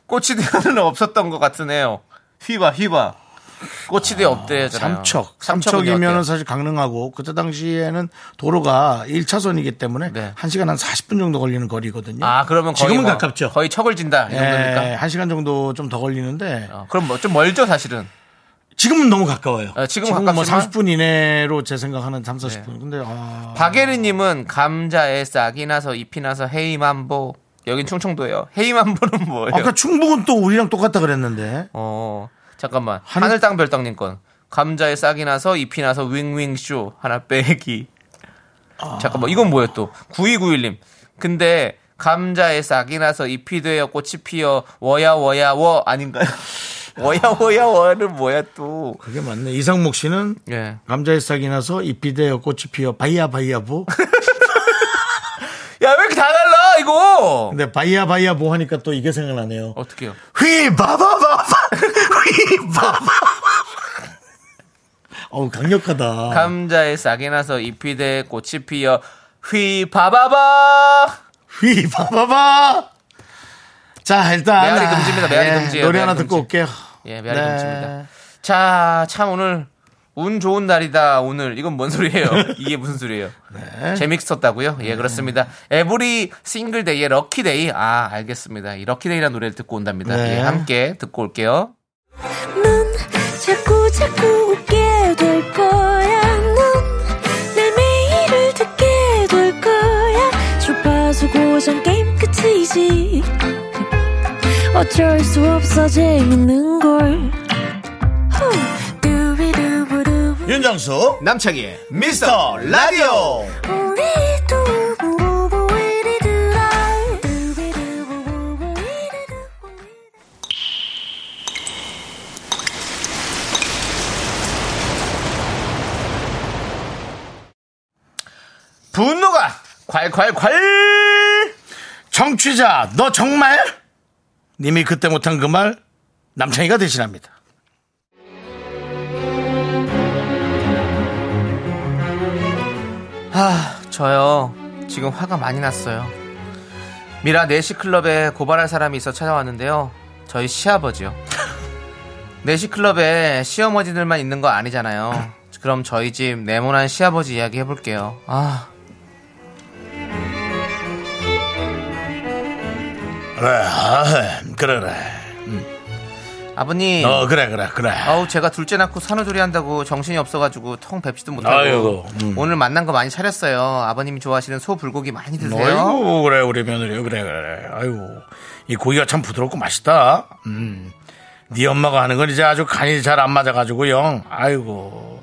Speaker 2: 꼬치 대화는 없었던 것 같으네요. 휘바 휘바. 꼬치 대 없대잖아요.
Speaker 1: 삼척.
Speaker 2: 삼척은요,
Speaker 1: 삼척이면 은
Speaker 2: 어때요?
Speaker 1: 사실 강릉하고 그때 당시에는 도로가 1차선이기 때문에
Speaker 2: 네.
Speaker 1: 한시간한 40분 정도 걸리는 거리거든요.
Speaker 2: 아 그러면 거의
Speaker 1: 지금은
Speaker 2: 뭐,
Speaker 1: 가깝죠.
Speaker 2: 거의 척을 진다 이 정도니까.
Speaker 1: 예, 1시간 정도 좀 더 걸리는데
Speaker 2: 어, 그럼 뭐 좀 멀죠 사실은.
Speaker 1: 지금은 너무 가까워요.
Speaker 2: 어, 지금은
Speaker 1: 뭐
Speaker 2: 가깝지만- 네.
Speaker 1: 30분 이내로 제 생각하는 3, 40분. 근데 아,
Speaker 2: 박예리님은 감자에 싹이 나서 잎이 나서 헤이만보. 여긴 충청도예요. 헤이만보는 뭐예요?
Speaker 1: 아까 그렇죠. 충북은 또 우리랑 똑같다 그랬는데.
Speaker 2: 어 잠깐만
Speaker 1: 하늘-
Speaker 2: 하늘 땅 별땅님 건 감자에 싹이 나서 잎이 나서 윙윙쇼 하나 빼기
Speaker 1: 아.
Speaker 2: 잠깐만 이건 뭐예요 또 9291님 근데 감자에 싹이 나서 잎이 되어 꽃이 피어 워야 워야 워 아닌가요 워야 워야 워는 뭐야 또예
Speaker 1: 그게 맞네. 이상목 씨는 감자의 싹이 나서 잎이 되어 꽃이 피어 바이야 바이야보.
Speaker 2: 야 왜 이렇게 다 달라 이거
Speaker 1: 근데 바이야 바이야보 하니까 또 이게
Speaker 2: 어.
Speaker 1: 생각나네요.
Speaker 2: 어떡해요
Speaker 1: 휘바바바바 휘바바. 어우, 강력하다.
Speaker 2: 감자에 싹이 나서 잎이 돼 꽃이 피어 휘바바바
Speaker 1: 휘, 봐봐봐! 자, 일단.
Speaker 2: 메아리 금지입니다, 메아리
Speaker 1: 예,
Speaker 2: 금지예요,
Speaker 1: 노래
Speaker 2: 메아리
Speaker 1: 하나
Speaker 2: 금지.
Speaker 1: 듣고 올게요.
Speaker 2: 예, 메아리
Speaker 1: 네.
Speaker 2: 금지입니다. 자 참 오늘 운 좋은 날이다 오늘 이건 뭔 소리예요 이게 무슨 소리예요 재밌었다고요 예 그렇습니다 에브리 싱글데이의 럭키데이 아 알겠습니다 이 럭키데이라는 노래를 듣고 온답니다
Speaker 1: 네.
Speaker 2: 예, 함께 듣고 올게요
Speaker 6: 넌 자꾸 자꾸 웃게 될 거야. 넌내 매일을 듣게 될 거야. 주파수 고정 게임 끝이지. 어쩔 수 없어 재밌는 걸. 후. 두비두부두.
Speaker 1: 윤정수, 남창희의 미스터 라디오!
Speaker 6: 우리 두부부부 우리들아. 두비두부부부 우리들아.
Speaker 2: 분노가 콸콸콸
Speaker 1: 정취자, 너 정말? 님이 그때 못한 그 말, 남창희가 대신합니다.
Speaker 2: 아, 저요. 지금 화가 많이 났어요. 미라 4시 클럽에 고발할 사람이 있어 찾아왔는데요. 저희 시아버지요. 4시 클럽에 시어머니들만 있는 거 아니잖아요. 그럼 저희 집 네모난 시아버지 이야기 해볼게요. 아,
Speaker 1: 그래, 아, 그래, 그래.
Speaker 2: 아버님.
Speaker 1: 어, 그래, 그래, 그래.
Speaker 2: 아우 제가 둘째 낳고 산후조리 한다고 정신이 없어가지고 통 뵙지도 못하고
Speaker 1: 아이고, 음.
Speaker 2: 오늘 만난 거 많이 차렸어요. 아버님이 좋아하시는 소 불고기 많이 드세요.
Speaker 1: 아이고 그래 우리 며느리 그래 그래 아이고 이 고기가 참 부드럽고 맛있다 음네 엄마가 하는 건 이제 아주 간이 잘 안 맞아가지고 영 아이고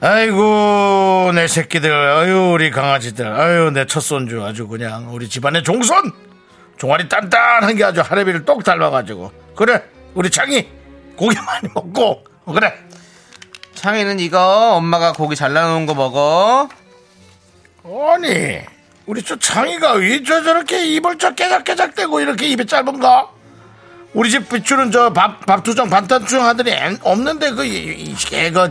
Speaker 1: 아이고 내 새끼들 아유 우리 강아지들 아유 내 첫 손주 아주 그냥 우리 집안의 종손 종아리 단단한 게 아주 할애비를 똑 닮아가지고 그래 우리 창이 고기 많이 먹고 그래
Speaker 2: 창희는 이거 엄마가 고기 잘라놓은 거 먹어.
Speaker 1: 아니 우리 저 장이가 왜 저 저렇게 입을 저 깨작깨작대고 이렇게 입이 짧은가? 우리 집 비추는 저 밥 밥투정 반찬투정 하더니 엔- 없는데 그 이- 이- 개가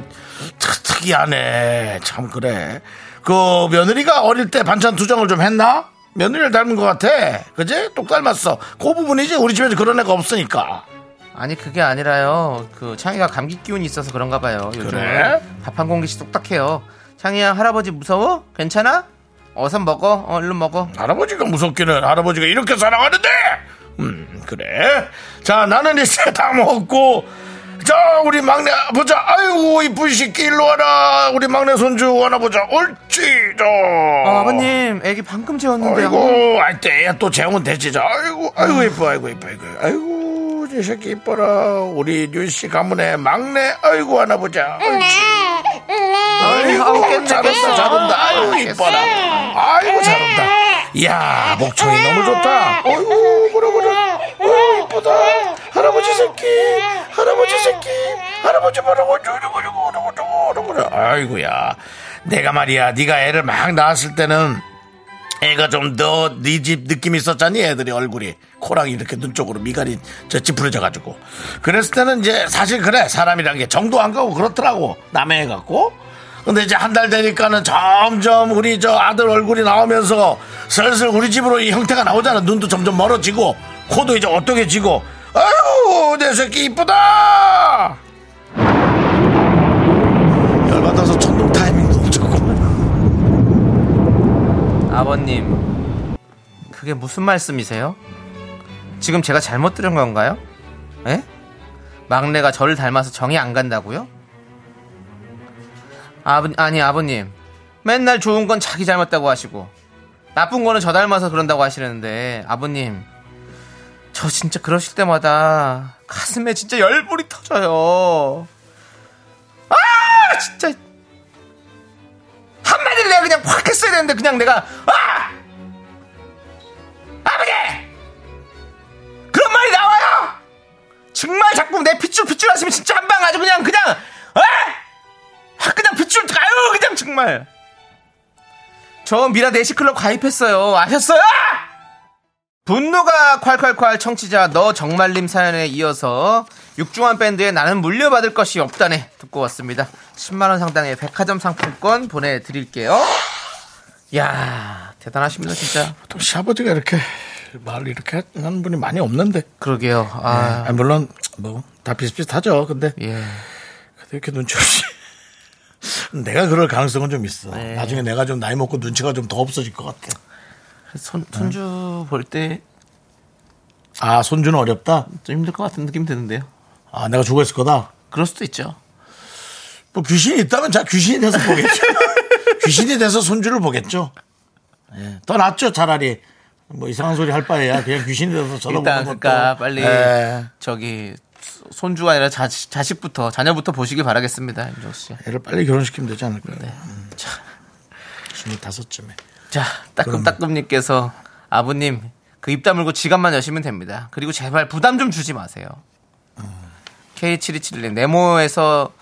Speaker 1: 특- 특이하네 참 그래 그 며느리가 어릴 때 반찬 투정을 좀 했나? 며느리를 닮은 것 같아 그지? 똑 닮았어 그 부분이지 우리 집에서 그런 애가 없으니까
Speaker 2: 아니 그게 아니라요. 그 창희가 감기 기운이 있어서 그런가 봐요. 요즘
Speaker 1: 그래?
Speaker 2: 밥 한 공기씩 똑딱해요. 창희야 할아버지 무서워? 괜찮아? 어서 먹어. 어, 얼른 먹어.
Speaker 1: 할아버지가 무섭기는 할아버지가 이렇게 사랑하는데 음 그래 자 나는 이제 다 먹고 자 우리 막내 보자 아이고 이쁜 새끼 일로 와라 우리 막내 손주 하나 보자 옳지 저
Speaker 2: 아, 아버님, 음. 애기 방금 재웠는데. 요
Speaker 1: 아이고 할 때야 또 재우면 되지 자 아이고 아이고 이뻐 아이고 이뻐 아이고 아이고 이 새끼 이뻐라 우리 윤씨 가문의 막내 아이고 하나 보자
Speaker 2: 음.
Speaker 1: 옳지.
Speaker 2: 아우,
Speaker 1: 아이고
Speaker 2: 깼네,
Speaker 1: 잘한다 네.
Speaker 2: 깼어.
Speaker 1: 잘한다 아이고
Speaker 2: 깼어.
Speaker 1: 이뻐라 아이고 잘한다 이야 목청이 너무 좋다 아이고 뭐라 뭐라 아이고 이쁘다 할아버지 새끼 할아버지 새끼 할아버지 뭐라고 저러고 저러고 저러고 저러고 저러고. 아이고야 내가 말이야 네가 애를 막 낳았을 때는 애가 좀 더 네 집 느낌이 있었잖니 애들이 얼굴이 코랑 이렇게 눈 쪽으로 미간이 저 찌푸려져 가지고 그랬을 때는 이제 사실 그래 사람이란 게 정도 안 가고 그렇더라고 남의 애 같고 근데 이제 한 달 되니까는 점점 우리 저 아들 얼굴이 나오면서 슬슬 우리 집으로 이 형태가 나오잖아 눈도 점점 멀어지고 코도 이제 어떻게지고 아유 내 새끼 이쁘다 열받아서 천둥 타이밍도 없었구만
Speaker 2: 아버님, 그게 무슨 말씀이세요? 지금 제가 잘못 들은 건가요? 에? 막내가 저를 닮아서 정이 안 간다고요? 아버, 아니 아버님, 맨날 좋은 건 자기 닮았다고 하시고 나쁜 거는 저 닮아서 그런다고 하시는데 아버님, 저 진짜 그러실 때마다 가슴에 진짜 열불이 터져요. 아 진짜 한마디를 내가 그냥 확 했어야 되는데 그냥 내가 아! 아버지! 그런 말이 나와요! 정말 자꾸 내 핏줄 핏줄 하시면 진짜 한 방 아주 그냥 그냥 아! 확 그냥 핏줄 가요 그냥 정말 저 미라 네시클럽 가입했어요 아셨어요? 분노가 콸콸콸 청취자 너 정말님 사연에 이어서 육중한 밴드의 나는 물려받을 것이 없다네 듣고 왔습니다. 10만원 상당의 백화점 상품권 보내드릴게요. 야 대단하십니다, 진짜.
Speaker 1: 보통 시아버지가 이렇게 말을 이렇게 하는 분이 많이 없는데.
Speaker 2: 그러게요. 아,
Speaker 1: 아, 물론 뭐 다 비슷비슷하죠. 근데
Speaker 2: 예.
Speaker 1: 이렇게 눈치 없이. 내가 그럴 가능성은 좀 있어.
Speaker 2: 네.
Speaker 1: 나중에 내가 좀 나이 먹고 눈치가 좀 더 없어질 것 같아.
Speaker 2: 손, 손주 볼 때 좀
Speaker 1: 아, 손주는 어렵다?
Speaker 2: 힘들 것 같은 느낌 드는데요.
Speaker 1: 아, 내가 죽어있을 거다?
Speaker 2: 그럴 수도 있죠.
Speaker 1: 뭐 귀신이 있다면 자 귀신이 돼서 보겠죠. 귀신이 돼서 손주를 보겠죠. 예, 더 낫죠, 차라리. 뭐 이상한 소리 할 바에야 그냥 귀신이 돼서
Speaker 2: 일단
Speaker 1: 쳐다보는 것도.
Speaker 2: 그러니까 빨리
Speaker 1: 예,
Speaker 2: 저기 손주가 아니라 자, 식부터 자녀부터 보시길 바라겠습니다, 임종 씨.
Speaker 1: 애를 빨리 결혼시키면 되지 않을까요? 음. 25쯤에.
Speaker 2: 자, 따끔따끔님께서 아버님 그 입 다물고 지갑만 여시면 됩니다. 그리고 제발 부담 좀 주지 마세요. K7271님 네모에서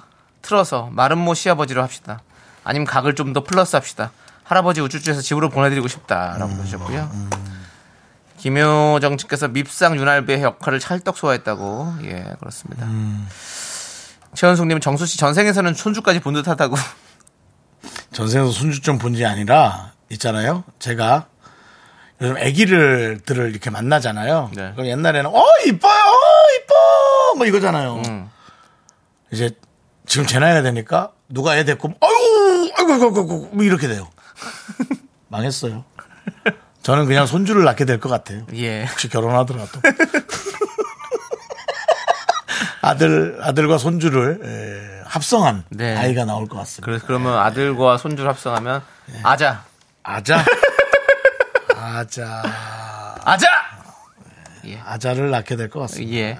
Speaker 2: 틀어서 마른 모 시아버지로 합시다. 아니면 각을 좀 더 플러스 합시다. 할아버지 우쭈쭈에서 집으로 보내드리고 싶다라고 그러셨고요. 음. 김효정 측께서 밉상 윤활배의 역할을 찰떡 소화했다고 예 그렇습니다. 최현숙님 정수 씨 전생에서는 손주까지 본 듯하다고
Speaker 1: 전생에서 손주점 본지 아니라 있잖아요. 제가 요즘 아기를 들을 이렇게 만나잖아요.
Speaker 2: 네.
Speaker 1: 그럼 옛날에는 어 이뻐요, 어 이뻐 뭐 이거잖아요.
Speaker 2: 음.
Speaker 1: 이제 지금 제 나이가 되니까 누가 애 데리고 아유 아이고 아이고 아이고 뭐 이렇게 돼요. 망했어요. 저는 그냥 손주를 낳게 될 것 같아요.
Speaker 2: 예
Speaker 1: 혹시 결혼하더라도 아들 아들과 손주를 에, 합성한
Speaker 2: 네.
Speaker 1: 아이가 나올 것 같습니다.
Speaker 2: 그래서 그러면 아들과 손주를 합성하면 아자
Speaker 1: 아자. 아자.
Speaker 2: 아자
Speaker 1: 아자를 낳게 될 것 같습니다.
Speaker 2: 예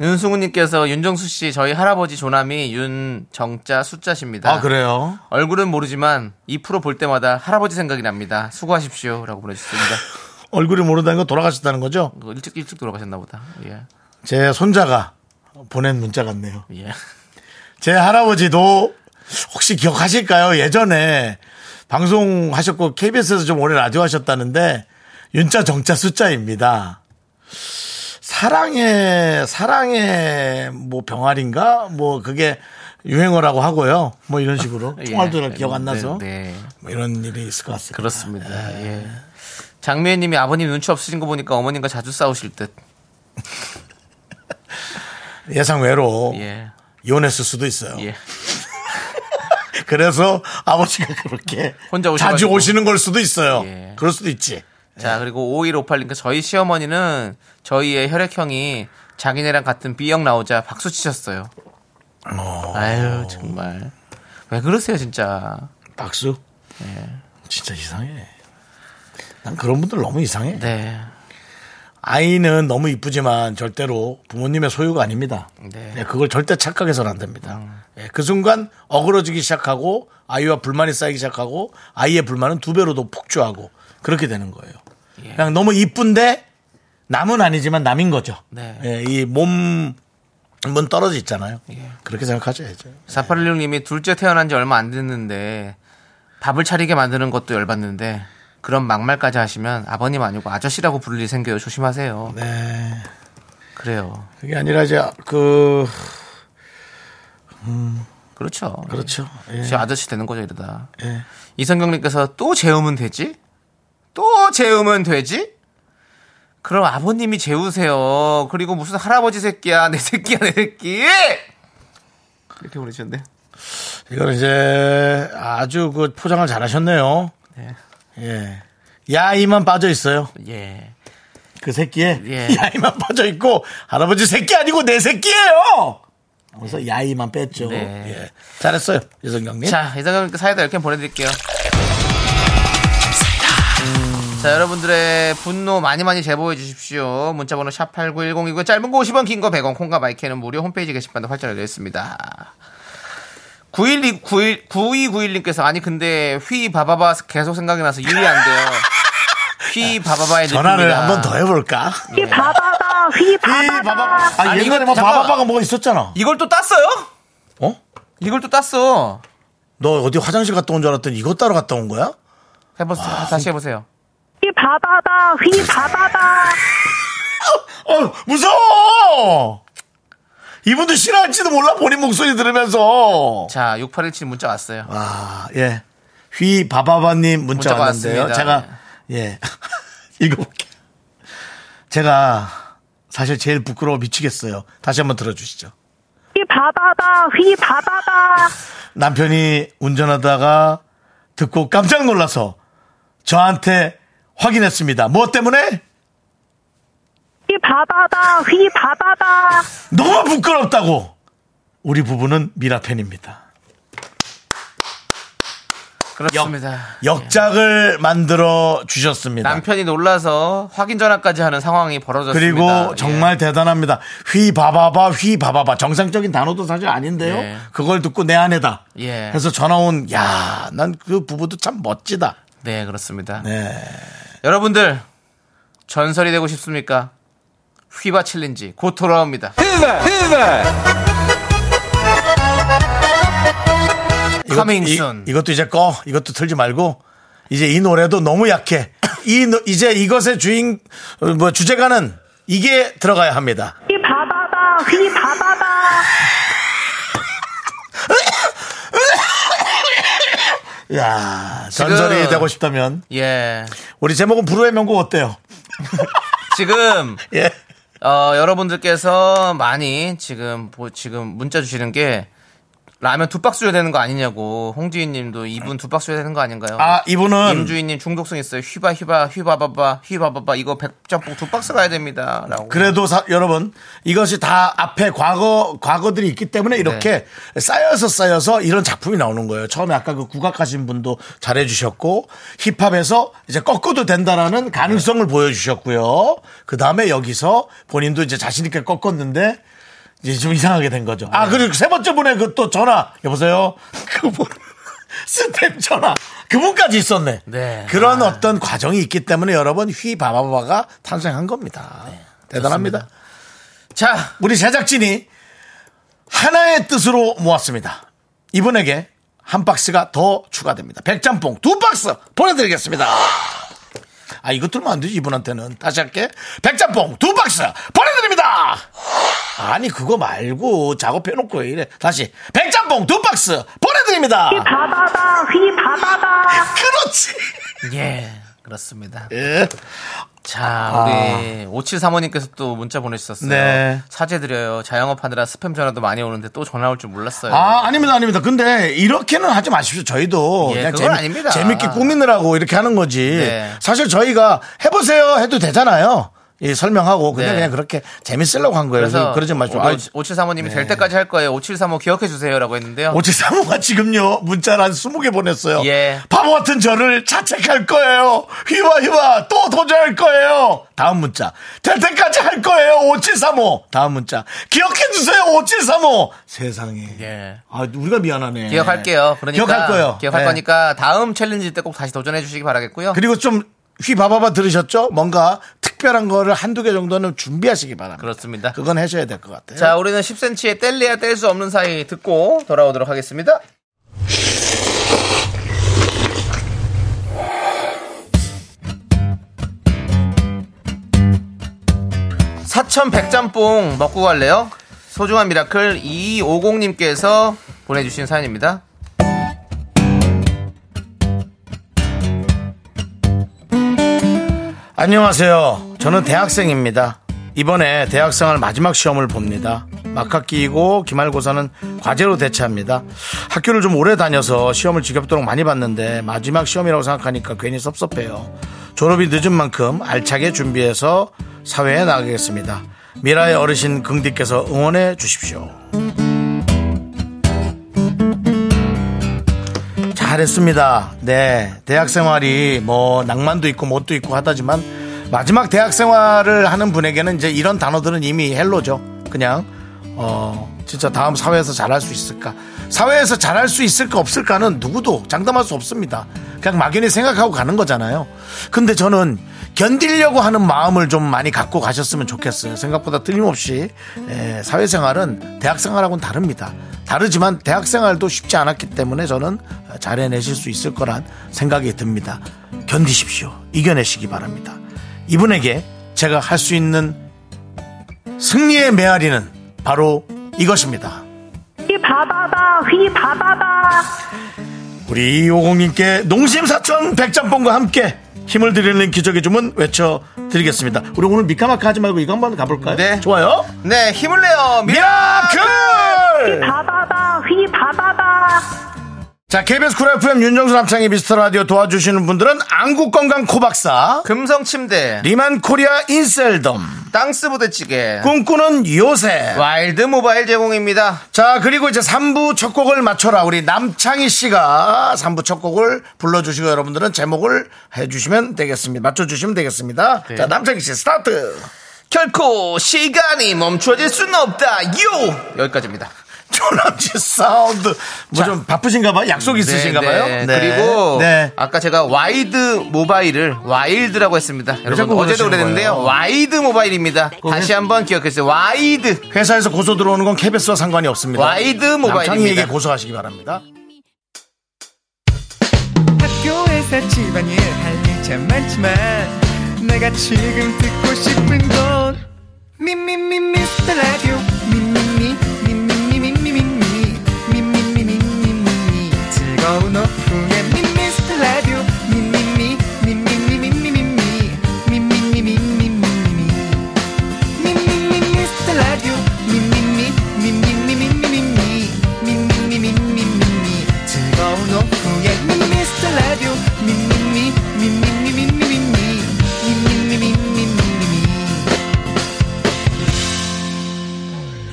Speaker 2: 윤승우님께서 윤정수 씨 저희 할아버지 조남이 윤정자 숫자십니다.
Speaker 1: 아, 그래요?
Speaker 2: 얼굴은 모르지만 이 프로 볼 때마다 할아버지 생각이 납니다. 수고하십시오라고 보내주셨습니다.
Speaker 1: 얼굴이 모른다는 건 돌아가셨다는 거죠?
Speaker 2: 그거 일찍 일찍 돌아가셨나 보다. 예
Speaker 1: 제 손자가 보낸 문자 같네요.
Speaker 2: 예.
Speaker 1: 제 할아버지도 혹시 기억하실까요? 예전에 방송하셨고 KBS에서 좀 오래 라디오 하셨다는데 윤자 정자 숫자입니다. 사랑의 사랑의 뭐 병아리인가 뭐 그게 유행어라고 하고요. 뭐 이런 식으로
Speaker 2: 예.
Speaker 1: 총알도 잘 기억 안
Speaker 2: 네,
Speaker 1: 나서
Speaker 2: 네,
Speaker 1: 뭐 이런 일이 있을 것 같습니다.
Speaker 2: 그렇습니다. 예. 장미애님이 아버님 눈치 없으신 거 보니까 어머님과 자주 싸우실 듯.
Speaker 1: 예상 외로
Speaker 2: 예.
Speaker 1: 이혼했을 수도 있어요.
Speaker 2: 예.
Speaker 1: 그래서 아버지가 그렇게
Speaker 2: 혼자 오셔가지고.
Speaker 1: 자주 오시는 걸 수도 있어요.
Speaker 2: 예.
Speaker 1: 그럴 수도 있지.
Speaker 2: 자, 그리고 5158님께 저희 시어머니는 저희의 혈액형이 자기네랑 같은 B형 나오자 박수 치셨어요. 아유, 정말. 왜 그러세요, 진짜.
Speaker 1: 박수.
Speaker 2: 예.
Speaker 1: 진짜 이상해. 난 그런 분들 너무 이상해.
Speaker 2: 네.
Speaker 1: 아이는 너무 이쁘지만 절대로 부모님의 소유가 아닙니다.
Speaker 2: 네.
Speaker 1: 예, 그걸 절대 착각해서는 안 됩니다. 예, 그 순간 어그러지기 시작하고 아이와 불만이 쌓이기 시작하고 아이의 불만은 두 배로도 폭주하고 그렇게 되는 거예요. 그냥 너무 이쁜데 남은 아니지만 남인 거죠.
Speaker 2: 네.
Speaker 1: 예, 이 몸은 떨어져 있잖아요. 그렇게 생각하셔야죠.
Speaker 2: 4816님이 둘째 태어난 지 얼마 안 됐는데 밥을 차리게 만드는 것도 열받는데 그런 막말까지 하시면 아버님 아니고 아저씨라고 부를 일이 생겨요. 조심하세요.
Speaker 1: 네.
Speaker 2: 그래요.
Speaker 1: 그게 아니라 이제 그
Speaker 2: 그렇죠.
Speaker 1: 그렇죠. 예.
Speaker 2: 저 아저씨 되는 거죠, 이러다.
Speaker 1: 예.
Speaker 2: 이성경님께서 또 재우면 되지? 또 재우면 되지? 그럼 아버님이 재우세요. 그리고 무슨 할아버지 새끼야, 내 새끼야, 내 새끼! 이렇게 보내주셨네요.
Speaker 1: 이건 이제 아주 그 포장을 잘하셨네요.
Speaker 2: 네.
Speaker 1: 예. 야이만 빠져 있어요.
Speaker 2: 예.
Speaker 1: 그 새끼에
Speaker 2: 예.
Speaker 1: 야이만 빠져 있고 할아버지 새끼 아니고 내 새끼예요. 그래서 야이만 뺐죠.
Speaker 2: 네.
Speaker 1: 예. 잘했어요, 이성경님.
Speaker 2: 자, 이성경님께 사이다 이렇게 보내드릴게요. 음. 자, 여러분들의 분노 많이 많이 제보해 주십시오. 문자번호 샵8910이고, 짧은 거 50원, 긴 거 100원, 콩과 마이크는 무료 홈페이지 게시판도 활짝 열려 있습니다. 912, 91, 9291님께서, 아니, 근데 휘 바바바 계속 생각이 나서 유리 안 돼요. 휘 바바바의
Speaker 1: 전화를
Speaker 2: 느낌이다.
Speaker 1: 한 번 더 해볼까?
Speaker 3: 휘 바바다 휘
Speaker 1: 이
Speaker 3: 바바다
Speaker 1: 네. 바바. 아
Speaker 2: 아니,
Speaker 1: 옛날에 뭐
Speaker 2: 잠깐만.
Speaker 1: 바바바가 뭐가 있었잖아.
Speaker 2: 이걸 또 땄어요?
Speaker 1: 어?
Speaker 2: 이걸 또 땄어.
Speaker 1: 너 어디 화장실 갔다 온 줄 알았더니 이것 따러 갔다 온 거야? 아,
Speaker 2: 해보세요. 다시 해보세요.
Speaker 3: 휘 휘바바다 휘바바다
Speaker 1: 어, 무서워! 이분도 싫어할지도 몰라, 본인 목소리 들으면서.
Speaker 2: 자, 6817 문자 왔어요.
Speaker 1: 아, 예. 휘 바바바님 문자
Speaker 2: 문자가
Speaker 1: 왔는데요.
Speaker 2: 왔습니다. 네.
Speaker 1: 제가, 예. 읽어볼게요. 제가 사실 제일 부끄러워 미치겠어요. 다시 한번 들어주시죠.
Speaker 3: 휘바바다 휘바바다
Speaker 1: 남편이 운전하다가 듣고 깜짝 놀라서 저한테 확인했습니다. 뭐 때문에?
Speaker 3: 휘바바다 휘바바다
Speaker 1: 너무 부끄럽다고! 우리 부부는 미라팬입니다.
Speaker 2: 그렇습니다.
Speaker 1: 역작을 만들어 주셨습니다.
Speaker 2: 네. 남편이 놀라서 확인 전화까지 하는 상황이 벌어졌습니다.
Speaker 1: 그리고
Speaker 2: 예.
Speaker 1: 정말 대단합니다. 휘바바바 휘바바바 정상적인 단어도 사실 아닌데요.
Speaker 2: 예.
Speaker 1: 그걸 듣고 내 아내다.
Speaker 2: 예.
Speaker 1: 해서 전화 온 야 난 그 부부도 참 멋지다.
Speaker 2: 네, 그렇습니다.
Speaker 1: 네.
Speaker 2: 여러분들 전설이 되고 싶습니까? 휘바 챌린지 곧 돌아옵니다. Coming
Speaker 1: 이것- 이-
Speaker 2: soon.
Speaker 1: 이것도 이제 꺼. 이것도 틀지 말고 이제 이 노래도 너무 약해. 이 노- 이제 이것의 주인 어, 뭐 주제가는 이게 들어가야 합니다.
Speaker 3: 휘바바다 휘바바다
Speaker 1: 야 전설이
Speaker 2: 지금-
Speaker 1: 되고 싶다면
Speaker 2: 예.
Speaker 1: 우리 제목은 불후의 명곡 어때요?
Speaker 2: 지금
Speaker 1: 예.
Speaker 2: 어, 여러분들께서 많이 지금 보- 지금 문자 주시는 게 라면 두 박스 줘야 되는 거 아니냐고 홍지인 님도 이분 두 박스 줘야 되는 거 아닌가요?
Speaker 1: 아 이분은
Speaker 2: 임주인 님 중독성 있어요. 휘바 휘바 휘바바바 휘바바바 이거 백짬뽕 두 박스 가야 됩니다. 라고.
Speaker 1: 그래도 사- 여러분 이것이 다 앞에 과거 과거들이 있기 때문에 이렇게 쌓여서 쌓여서 이런 작품이 나오는 거예요. 처음에 아까 그 국악하신 분도 잘해주셨고 힙합에서 이제 꺾어도 된다라는 가능성을 보여주셨고요. 그 다음에 여기서 본인도 이제 자신 있게 꺾었는데 이제 좀 이상하게 된 거죠. 아 그리고 세 번째 분의 그 또 전화 여보세요. 그분 스텝 전화 그분까지 있었네.
Speaker 2: 네.
Speaker 1: 그런 어떤 과정이 있기 때문에 여러분 휘바바바가 탄생한 겁니다. 대단합니다.
Speaker 2: 자,
Speaker 1: 우리 제작진이 하나의 뜻으로 모았습니다. 이분에게 한 박스가 더 추가됩니다. 백짬뽕 두 박스 보내드리겠습니다. 아 이거 들으면 안 되지 이분한테는 다시 할게 백짬뽕 두 박스 보내드립니다 아니 그거 말고 작업해놓고 왜 이래 다시 백짬뽕 두 박스 보내드립니다
Speaker 3: 휘바바다 휘바바다
Speaker 1: 그렇지
Speaker 2: 예. 그렇습니다.
Speaker 1: 예. 아.
Speaker 2: 자, 우리 5735님께서 또 문자 보내주셨어요.
Speaker 1: 네.
Speaker 2: 사죄드려요. 자영업하느라 스팸 전화도 많이 오는데 또 전화 올 줄 몰랐어요.
Speaker 1: 아, 아닙니다, 아닙니다. 근데 이렇게는 하지 마십시오. 저희도
Speaker 2: 예,
Speaker 1: 그냥
Speaker 2: 그건 아닙니다.
Speaker 1: 재밌게 꾸미느라고 이렇게 하는 거지.
Speaker 2: 네.
Speaker 1: 사실 저희가 해보세요 해도 되잖아요. 예, 설명하고 그냥
Speaker 2: 네. 뭐
Speaker 1: 그냥 그렇게 재밌으려고 한 거예요. 그래서 그러지 마시고.
Speaker 2: 5735님이 될 때까지 할 거예요. 5735 기억해 주세요라고 했는데요.
Speaker 1: 오치사모가 지금요 문자를 한 20개 보냈어요.
Speaker 2: 어. 예.
Speaker 1: 바보 같은 저를 자책할 거예요. 휘바 휘바 또 도전할 거예요. 다음 문자. 될 때까지 할 거예요. 오치사모. 다음 문자. 기억해 주세요. 오치사모. 세상에.
Speaker 2: 예.
Speaker 1: 아, 우리가 미안하네.
Speaker 2: 기억할게요. 그러니까
Speaker 1: 기억할 거예요.
Speaker 2: 기억할
Speaker 1: 네.
Speaker 2: 거니까 다음 챌린지 때 꼭 다시 도전해 주시기 바라겠고요.
Speaker 1: 그리고 좀 휘바바바 들으셨죠? 뭔가 특별한 거를 한두 개 정도는 준비하시기 바랍니다.
Speaker 2: 그렇습니다.
Speaker 1: 그건 하셔야 될 것 같아요.
Speaker 2: 자, 우리는 10cm의 뗄래야 뗄 수 없는 사이 듣고 돌아오도록 하겠습니다. 사천 백짬뽕 먹고 갈래요? 소중한 미라클 2250님께서 보내주신 사연입니다.
Speaker 1: 안녕하세요. 저는 대학생입니다. 이번에 대학생활 마지막 시험을 봅니다. 막학기이고 기말고사는 과제로 대체합니다. 학교를 좀 오래 다녀서 시험을 지겹도록 많이 봤는데 마지막 시험이라고 생각하니까 괜히 섭섭해요. 졸업이 늦은 만큼 알차게 준비해서 사회에 나가겠습니다. 미라의 어르신 긍디께서 응원해 주십시오. 잘했습니다. 네. 대학 생활이 뭐 낭만도 있고 못도 있고 하다지만 마지막 대학 생활을 하는 분에게는 이제 이런 단어들은 이미 헬로죠. 그냥 어 진짜 다음 사회에서 잘할 수 있을까? 사회에서 잘할 수 있을까 없을까는 누구도 장담할 수 없습니다. 그냥 막연히 생각하고 가는 거잖아요. 근데 저는 견디려고 하는 마음을 좀 많이 갖고 가셨으면 좋겠어요. 생각보다 틀림없이 에, 사회생활은 대학생활하고는 다릅니다. 다르지만 대학생활도 쉽지 않았기 때문에 저는 잘 해내실 수 있을 거란 생각이 듭니다. 견디십시오. 이겨내시기 바랍니다. 이분에게 제가 할 수 있는 승리의 메아리는 바로 이것입니다.
Speaker 3: 휘 바바바 휘 바바바
Speaker 1: 우리 오공님께 농심 사천 백짬뽕과 함께 힘을 드리는 기적의 주문 외쳐드리겠습니다. 우리 오늘 미카마카 하지 말고 이거 한번 가볼까요?
Speaker 2: 네.
Speaker 1: 좋아요.
Speaker 2: 네, 힘을 내요. 미라.
Speaker 1: 미라클!
Speaker 3: 바바바 휘 바바바
Speaker 1: 자, KBS 쿨 FM 윤정수 남창희 미스터 라디오 도와주시는 분들은 안국건강 코박사,
Speaker 2: 금성 침대,
Speaker 1: 리만 코리아 인셀덤,
Speaker 2: 땅스 부대찌개,
Speaker 1: 꿈꾸는 요새.
Speaker 2: 와일드 모바일 제공입니다.
Speaker 1: 자, 그리고 이제 3부 첫 곡을 맞춰라. 우리 남창희 씨가 3부 첫 곡을 불러주시고 여러분들은 제목을 해주시면 되겠습니다. 맞춰주시면 되겠습니다.
Speaker 2: 네.
Speaker 1: 자, 남창희 씨 스타트.
Speaker 2: 결코 시간이 멈춰질 순 없다. 요 여기까지입니다.
Speaker 1: 조남지 사운드. 뭐 좀 바쁘신가 봐요? 약속 있으신가 봐요?
Speaker 2: 네, 네. 그리고
Speaker 1: 네.
Speaker 2: 아까 제가 와이드 모바일을 와일드라고 했습니다. 여러분
Speaker 1: 자꾸
Speaker 2: 어제도
Speaker 1: 그러시는
Speaker 2: 그랬는데요.
Speaker 1: 거예요?
Speaker 2: 와이드 모바일입니다. 다시 한번 기억해 주세요. 와이드.
Speaker 1: 회사에서 고소 들어오는 건 KBS와 상관이 없습니다.
Speaker 2: 와이드 모바일입니다.
Speaker 1: 남창희에게 고소하시기 바랍니다.
Speaker 7: 학교에서 집안일 할 일 참 많지만 내가 지금 듣고 싶은 건 미미미 미스터 라디오 미미미 미미미 미미미 미미미 미미미 즐거운 오후에 미스터 라디오 미미미 미미미 미미미 미미미 미미미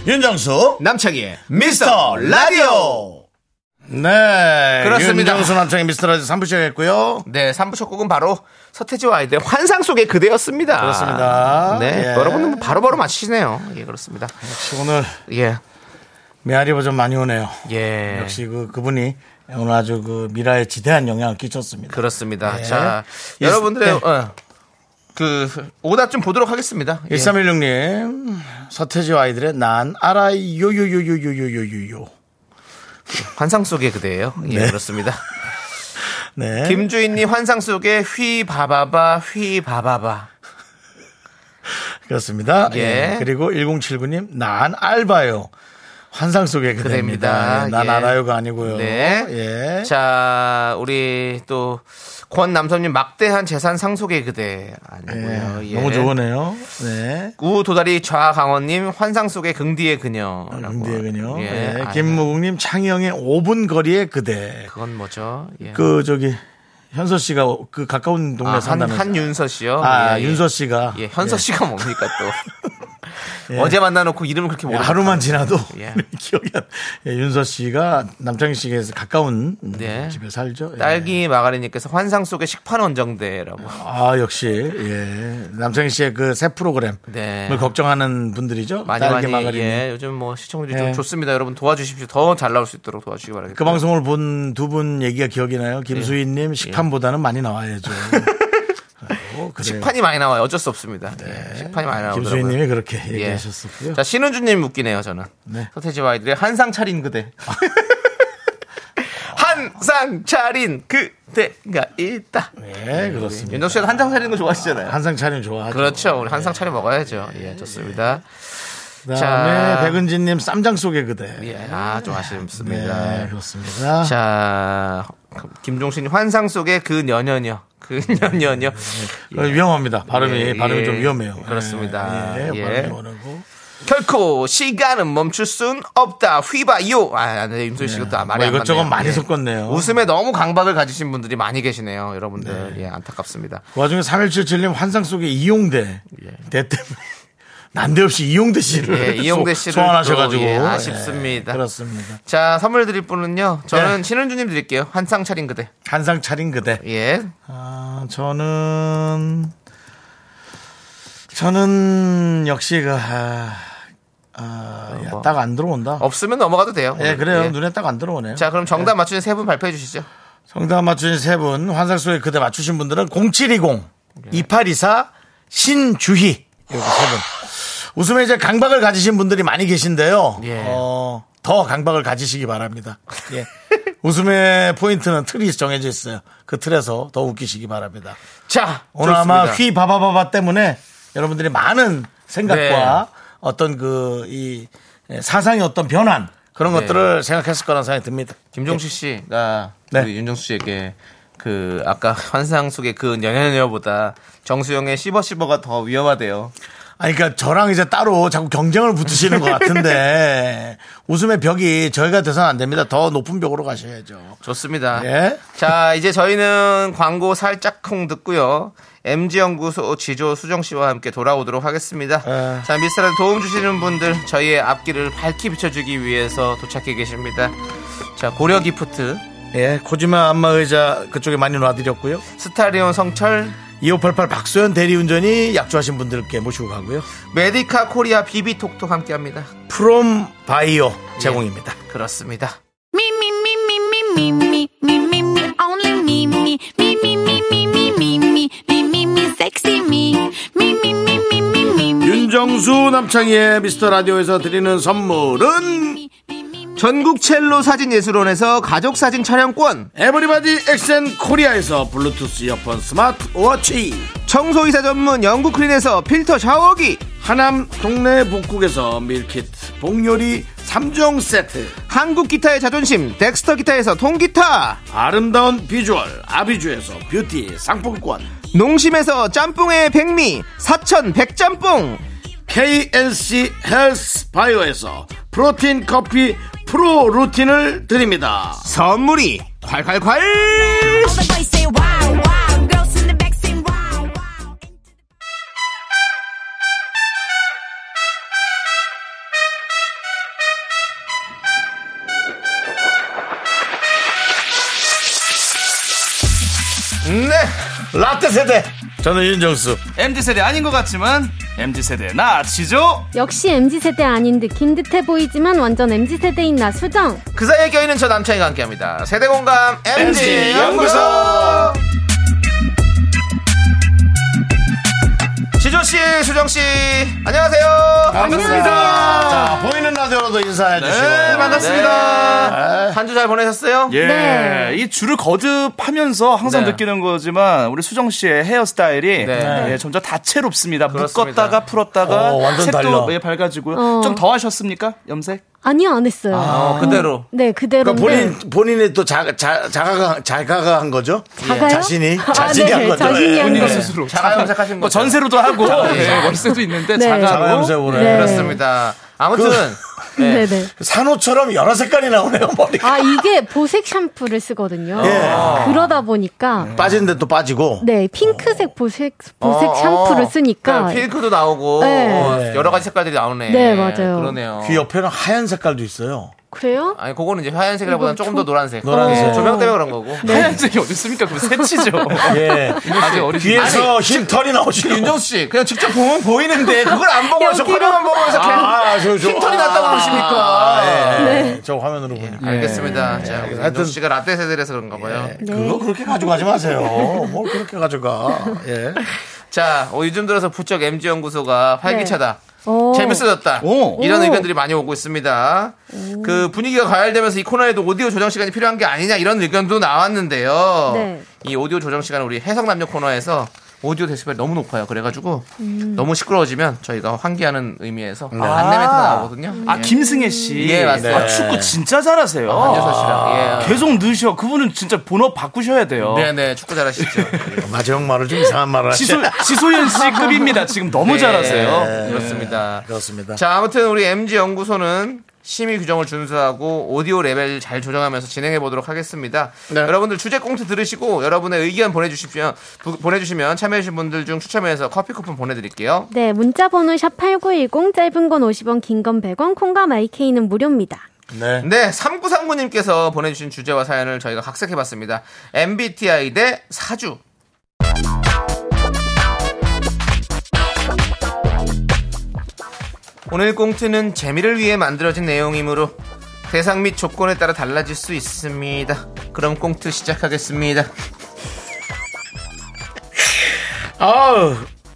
Speaker 1: 윤정수.
Speaker 2: 남창희의
Speaker 1: 미스터 라디오. 네.
Speaker 2: 그렇습니다.
Speaker 1: 윤정수 남창희 미스터 라디오 3부 시작했고요.
Speaker 2: 네, 3부 첫 곡은 바로 서태지와 아이들의 환상 속의 그대였습니다.
Speaker 1: 그렇습니다.
Speaker 2: 네,
Speaker 1: 예.
Speaker 2: 여러분은 뭐 바로바로 맞히시네요. 예, 그렇습니다.
Speaker 1: 오늘
Speaker 2: 예,
Speaker 1: 메아리 버전 많이 오네요.
Speaker 2: 예.
Speaker 1: 역시 그 그분이 오늘 아주 그 미라에 지대한 영향을 끼쳤습니다.
Speaker 2: 그렇습니다.
Speaker 1: 예.
Speaker 2: 자,
Speaker 1: 예,
Speaker 2: 여러분들의
Speaker 1: 네.
Speaker 2: 어, 그 오답 좀 보도록 하겠습니다. 예.
Speaker 1: 1316님 서태지 아이들의 난 알아요요요요요요요요요.
Speaker 2: 환상 속의 그대예요. 예,
Speaker 1: 네.
Speaker 2: 그렇습니다.
Speaker 1: 네.
Speaker 2: 김주인님 환상 속의 휘 바바바 휘 바바바.
Speaker 1: 그렇습니다.
Speaker 2: 예.
Speaker 1: 예. 그리고 1079님 난 알바요. 환상 속의 그대입니다.
Speaker 2: 그대입니다.
Speaker 1: 예, 난
Speaker 2: 예.
Speaker 1: 알아요가 아니고요.
Speaker 2: 네.
Speaker 1: 예.
Speaker 2: 자, 우리 또 권남섭님 막대한 재산 상속의 그대 아니고요.
Speaker 1: 예.
Speaker 2: 예.
Speaker 1: 너무 좋으네요. 네.
Speaker 2: 우 도다리 좌강원님 환상 속의 긍디의 그녀라고.
Speaker 1: 근데요.
Speaker 2: 아, 예.
Speaker 1: 예.
Speaker 2: 아,
Speaker 1: 김무국님 창영의 5분 거리의 그대.
Speaker 2: 그건 뭐죠? 예.
Speaker 1: 그 저기 현서 씨가 그 가까운 동네
Speaker 2: 아,
Speaker 1: 에
Speaker 2: 한,
Speaker 1: 산다면서.
Speaker 2: 한윤서 씨요.
Speaker 1: 아,
Speaker 2: 예, 예.
Speaker 1: 윤서 씨가.
Speaker 2: 예, 현서 씨가 뭡니까 또. 어제 만나놓고 이름을 그렇게
Speaker 1: 예,
Speaker 2: 모르
Speaker 1: 하루만 지나도
Speaker 2: 예.
Speaker 1: 기억이 안. 예, 윤서 씨가 남창희 씨에서 가까운
Speaker 2: 네.
Speaker 1: 집에 살죠. 예.
Speaker 2: 딸기 마가리님께서 환상 속의 식판 원정대라고.
Speaker 1: 아 역시 예. 남창희 씨의 그 새 프로그램을
Speaker 2: 네.
Speaker 1: 걱정하는 분들이죠.
Speaker 2: 많이 많이
Speaker 1: 마가린.
Speaker 2: 예, 요즘 뭐 시청률이
Speaker 1: 예.
Speaker 2: 좀 좋습니다. 여러분 도와주십시오. 더 잘 나올 수 있도록 도와주시기 바랍니다.
Speaker 1: 그 방송을 본 두 분 얘기가 기억이 나요.
Speaker 2: 예.
Speaker 1: 김수희님 식판보다는 많이 나와야죠. 아이고, 그래요.
Speaker 2: 식판이 많이 나와요. 어쩔 수 없습니다. 예, 식판이 많이 나와요.
Speaker 1: 네.
Speaker 2: 예.
Speaker 1: 김수희님이 그렇게 얘기하셨었고요.
Speaker 2: 자 신은주님 웃기네요. 저는
Speaker 1: 네.
Speaker 2: 서태지 와이들의 한상 차린 그대. 한상 차린 그대가 있다. 예.
Speaker 1: 네, 그렇습니다.
Speaker 2: 윤정 씨도 한상 차리는 거 좋아하시잖아요.
Speaker 1: 한상 네. 차림 좋아하죠.
Speaker 2: 그렇죠. 우리 한상 차려 먹어야죠. 예, 좋습니다. 자.
Speaker 1: 다음에 백은진님 쌈장 속의 그대.
Speaker 2: 그렇죠. 예, 아, 좀 아쉽습니다.
Speaker 1: 네, 그렇습니다.
Speaker 2: 자, 김종신 환상 속의 그 년년여. 그 년년여.
Speaker 1: 어, 위험합니다. 발음이
Speaker 2: 예,
Speaker 1: 발음이
Speaker 2: 예.
Speaker 1: 좀 위험해요.
Speaker 2: 그렇습니다.
Speaker 1: 예,
Speaker 2: 예.
Speaker 1: 발음이 오르고.
Speaker 2: 결코 시간은 멈출 순 없다. 휘바요. 아, 네, 임소희 씨가 또 말이
Speaker 1: 뭐
Speaker 2: 안
Speaker 1: 이것저것
Speaker 2: 맞네요.
Speaker 1: 많이
Speaker 2: 예.
Speaker 1: 섞었네요.
Speaker 2: 웃음에 너무 강박을 가지신 분들이 많이 계시네요, 여러분들. 예, 안타깝습니다.
Speaker 1: 그 와중에 3177님 환상 속에 이용대 대 때문에 난데없이 이용대 씨를
Speaker 2: 예, 이용대 씨를
Speaker 1: 소환하셔가지고 네,
Speaker 2: 또, 예, 아쉽습니다.
Speaker 1: 그렇습니다.
Speaker 2: 자, 선물 드릴 분은요.
Speaker 1: 네.
Speaker 2: 저는 신은주님 드릴게요. 환상 차린 그대.
Speaker 1: 한상 차린 그대.
Speaker 2: 예.
Speaker 1: 아, 저는 저는 역시 그, 아,
Speaker 2: 뭐.
Speaker 1: 딱 안 들어온다.
Speaker 2: 없으면 넘어가도 돼요.
Speaker 1: 예,
Speaker 2: 오늘.
Speaker 1: 그래요.
Speaker 2: 예.
Speaker 1: 눈에 딱 안 들어오네요.
Speaker 2: 자, 그럼 정답 맞추신 세 분 발표해 주시죠.
Speaker 1: 정답 맞추신 세 분, 환상 속에 그대 맞추신 분들은 0720
Speaker 2: 네.
Speaker 1: 2824 신주희 이렇게 세분 웃음에 이제 강박을 가지신 분들이 많이 계신데요.
Speaker 2: 예.
Speaker 1: 어, 더 강박을 가지시기 바랍니다. 예. 웃음의 포인트는 틀이 정해져 있어요. 그 틀에서 더 웃기시기 바랍니다.
Speaker 2: 자,
Speaker 1: 오늘 아마
Speaker 2: 좋습니다.
Speaker 1: 휘 바바바바 때문에 여러분들이 많은 생각과
Speaker 2: 네.
Speaker 1: 어떤 그 이 사상의 어떤 변환 그런
Speaker 2: 네.
Speaker 1: 것들을 생각했을 거라는 생각이 듭니다.
Speaker 2: 김종식 씨가
Speaker 1: 네.
Speaker 2: 우리 윤정수 씨에게 그 아까 환상 속의 그 연연여보다 정수영의 씹어씹어가 더 위험하대요.
Speaker 1: 아니, 그러니까 저랑 이제 따로 자꾸 경쟁을 붙으시는 것 같은데 웃음의 벽이 저희가 돼서는 안 됩니다. 더 높은 벽으로 가셔야죠.
Speaker 2: 좋습니다.
Speaker 1: 예.
Speaker 2: 자, 이제 저희는 광고 살짝 콩 듣고요. MG연구소 지조 수정 씨와 함께 돌아오도록 하겠습니다.
Speaker 1: 예.
Speaker 2: 자, 미스터란 도움 주시는 분들 저희의 앞길을 밝게 비춰주기 위해서 도착해 계십니다. 자, 고려 기프트,
Speaker 1: 예, 코지마 안마 의자 그쪽에 많이 놔드렸고요.
Speaker 2: 스타리온 성철,
Speaker 1: 2588 박소연 대리운전이 약주하신 분들께 모시고 가고요.
Speaker 2: 메디카 코리아 비비톡톡 함께 합니다.
Speaker 1: 프롬 바이오 제공입니다.
Speaker 2: 그렇습니다.
Speaker 6: Me, me, me, me, me, me, me, me, me, me, only me, me, me, me, me, me, me, me, me, me, me, me, sexy me, me, me, me, me, me, me, me,
Speaker 1: 예. 윤정수 남창희의 미스터 라디오에서 드리는 선물은
Speaker 2: 전국 첼로 사진 예술원에서 가족 사진 촬영권,
Speaker 1: 에버리바디 엑센 코리아에서 블루투스 이어폰 스마트 워치
Speaker 2: 청소이사 전문 영국 클린에서 필터 샤워기,
Speaker 1: 하남 동네 북국에서 밀키트 복요리 3종 세트
Speaker 2: 한국 기타의 자존심, 덱스터 기타에서 통기타,
Speaker 1: 아름다운 비주얼 아비주에서 뷰티 상품권
Speaker 2: 농심에서 짬뽕의 백미 사천 백짬뽕
Speaker 1: KNC 헬스 바이오에서 프로틴 커피 프로 루틴을 드립니다
Speaker 2: 선물이 콸콸콸
Speaker 6: All the boys say wow, wow, girls in the back say wow, wow.
Speaker 2: 네
Speaker 1: 라떼 세대 저는 윤정수
Speaker 8: MZ세대 아닌 것 같지만 MZ세대 나치죠
Speaker 9: 역시 MZ세대 아닌 듯긴 듯해 보이지만 완전 MZ세대인 나 수정.
Speaker 2: 그 사이에 껴있는 저 남창이가 함께합니다 세대공감 MG 연구소 지조씨 수정씨 안녕하세요
Speaker 1: 반갑습니다 자 보이는 라디오로도 인사해 주시고
Speaker 2: 네 반갑습니다 한 주 잘 보내셨어요?
Speaker 8: 예,
Speaker 9: 네.
Speaker 8: 이 줄을 거듭하면서 항상
Speaker 2: 네.
Speaker 8: 느끼는 거지만 우리 수정 씨의 헤어스타일이
Speaker 2: 네.
Speaker 8: 예, 점점 다채롭습니다.
Speaker 2: 그렇습니다.
Speaker 8: 묶었다가 풀었다가
Speaker 1: 어, 완전 달라.
Speaker 8: 색도 예, 밝아지고요.
Speaker 9: 어.
Speaker 8: 좀 더 하셨습니까? 염색?
Speaker 9: 아니요, 안 했어요.
Speaker 2: 어, 그대로
Speaker 9: 네, 그대로.
Speaker 1: 그러니까 본인 본인이 또 자, 자, 자가가 자가가 한 거죠? 예,
Speaker 9: 작아요?
Speaker 1: 자신이
Speaker 9: 아,
Speaker 1: 자신이
Speaker 9: 네,
Speaker 1: 한 거죠.
Speaker 9: 자신이 한
Speaker 1: 예.
Speaker 9: 거죠.
Speaker 8: 스스로.
Speaker 2: 자가 염색하신
Speaker 8: 뭐
Speaker 2: 네. 거죠?
Speaker 8: 전세로도 하고 예, 월세도 있는데
Speaker 9: 네.
Speaker 1: 자가
Speaker 8: 자가로
Speaker 1: 염색으로
Speaker 9: 네.
Speaker 2: 그렇습니다 아무튼 네.
Speaker 9: 네, 네.
Speaker 1: 산호처럼 여러 색깔이 나오네요 머리가
Speaker 9: 아, 이게 보색 샴푸를 쓰거든요.
Speaker 1: 예.
Speaker 9: 그러다 보니까
Speaker 1: 빠지는데 또 빠지고
Speaker 9: 네, 핑크색 보색 보색
Speaker 2: 어,
Speaker 9: 샴푸를
Speaker 2: 어.
Speaker 9: 쓰니까
Speaker 2: 그냥 핑크도 나오고
Speaker 9: 네.
Speaker 2: 어, 여러 가지 색깔들이 나오네.
Speaker 9: 네, 맞아요.
Speaker 2: 그러네요.
Speaker 1: 귀 옆에는 하얀 색깔도 있어요.
Speaker 9: 그래요?
Speaker 2: 아니 그거는 이제 하얀색이라보다는
Speaker 9: 이거 어. 네.
Speaker 2: 조금 더
Speaker 9: 조-
Speaker 2: 노란색.
Speaker 1: 노란색.
Speaker 2: 예, 조명 때문에 그런 거고.
Speaker 8: 하얀색이 어디 있습니까? 그럼 새치죠.
Speaker 1: 예.
Speaker 8: 아직 어리지.
Speaker 1: 귀에서 흰 털이 나오시는
Speaker 2: 윤정수 씨 그냥 직접 보면 보이는데 그걸 안 보면서 화면만
Speaker 1: 아,
Speaker 2: 보면서 계속
Speaker 1: 흰
Speaker 2: 털이 났다고 그러십니까?
Speaker 1: 아,
Speaker 9: 네.
Speaker 1: 저 화면으로 보니까.
Speaker 2: 알겠습니다. 자, 우리
Speaker 1: 하여튼-
Speaker 2: 윤정수 씨가 라떼 세대라서 그런가 봐요.
Speaker 1: 그거 그렇게 가져가지 마세요. 뭘 그렇게 가져가. 예.
Speaker 2: 자, 어, 요즘 들어서 부쩍 MG 연구소가 활기차다.
Speaker 9: 오.
Speaker 2: 재밌어졌다.
Speaker 8: 오.
Speaker 2: 이런
Speaker 9: 오.
Speaker 2: 의견들이 많이 오고 있습니다. 그 분위기가 과열되면서 이 코너에도 오디오 조정 시간이 필요한 게 아니냐 이런 의견도 나왔는데요.
Speaker 9: 네.
Speaker 2: 이 오디오 조정 시간은 우리 해성남녀 코너에서 오디오 데시벨이 너무 높아요. 그래가지고 너무 시끄러워지면 저희가 환기하는 의미에서
Speaker 8: 네.
Speaker 2: 안내 멘트가 나오거든요.
Speaker 8: 아 김승혜 씨.
Speaker 2: 예, 맞습니다.
Speaker 8: 아, 축구 진짜 잘하세요.
Speaker 2: 안재서 씨랑. 예.
Speaker 8: 아. 계속 넣으셔. 그분은 진짜 본업 바꾸셔야 돼요.
Speaker 2: 네네 축구 잘하시죠.
Speaker 1: 마지막 말을 좀 이상한 말을
Speaker 8: 지소,
Speaker 1: 하시네.
Speaker 8: 지소연 씨 급입니다. 지금 너무
Speaker 2: 네,
Speaker 8: 잘하세요.
Speaker 2: 그렇습니다.
Speaker 1: 그렇습니다.
Speaker 2: 자, 아무튼 우리 MG 연구소는 심의 규정을 준수하고 오디오 레벨 잘 조정하면서 진행해 보도록 하겠습니다.
Speaker 1: 네.
Speaker 2: 여러분들 주제 꽁트 들으시고 여러분의 의견 보내주시면 부- 보내주시면 참여해주신 분들 중 추첨해서 커피 쿠폰 보내드릴게요.
Speaker 9: 네, 문자 번호 샵8910 짧은 건 50원, 긴 건 100원, 콩과 마이케이는 무료입니다.
Speaker 1: 네.
Speaker 2: 네, 3939님께서 보내주신 주제와 사연을 저희가 각색해봤습니다. MBTI 대 사주. 오늘 꽁트는 재미를 위해 만들어진 내용이므로 대상 및 조건에 따라 달라질 수 있습니다. 그럼 꽁트 시작하겠습니다.
Speaker 1: 아우,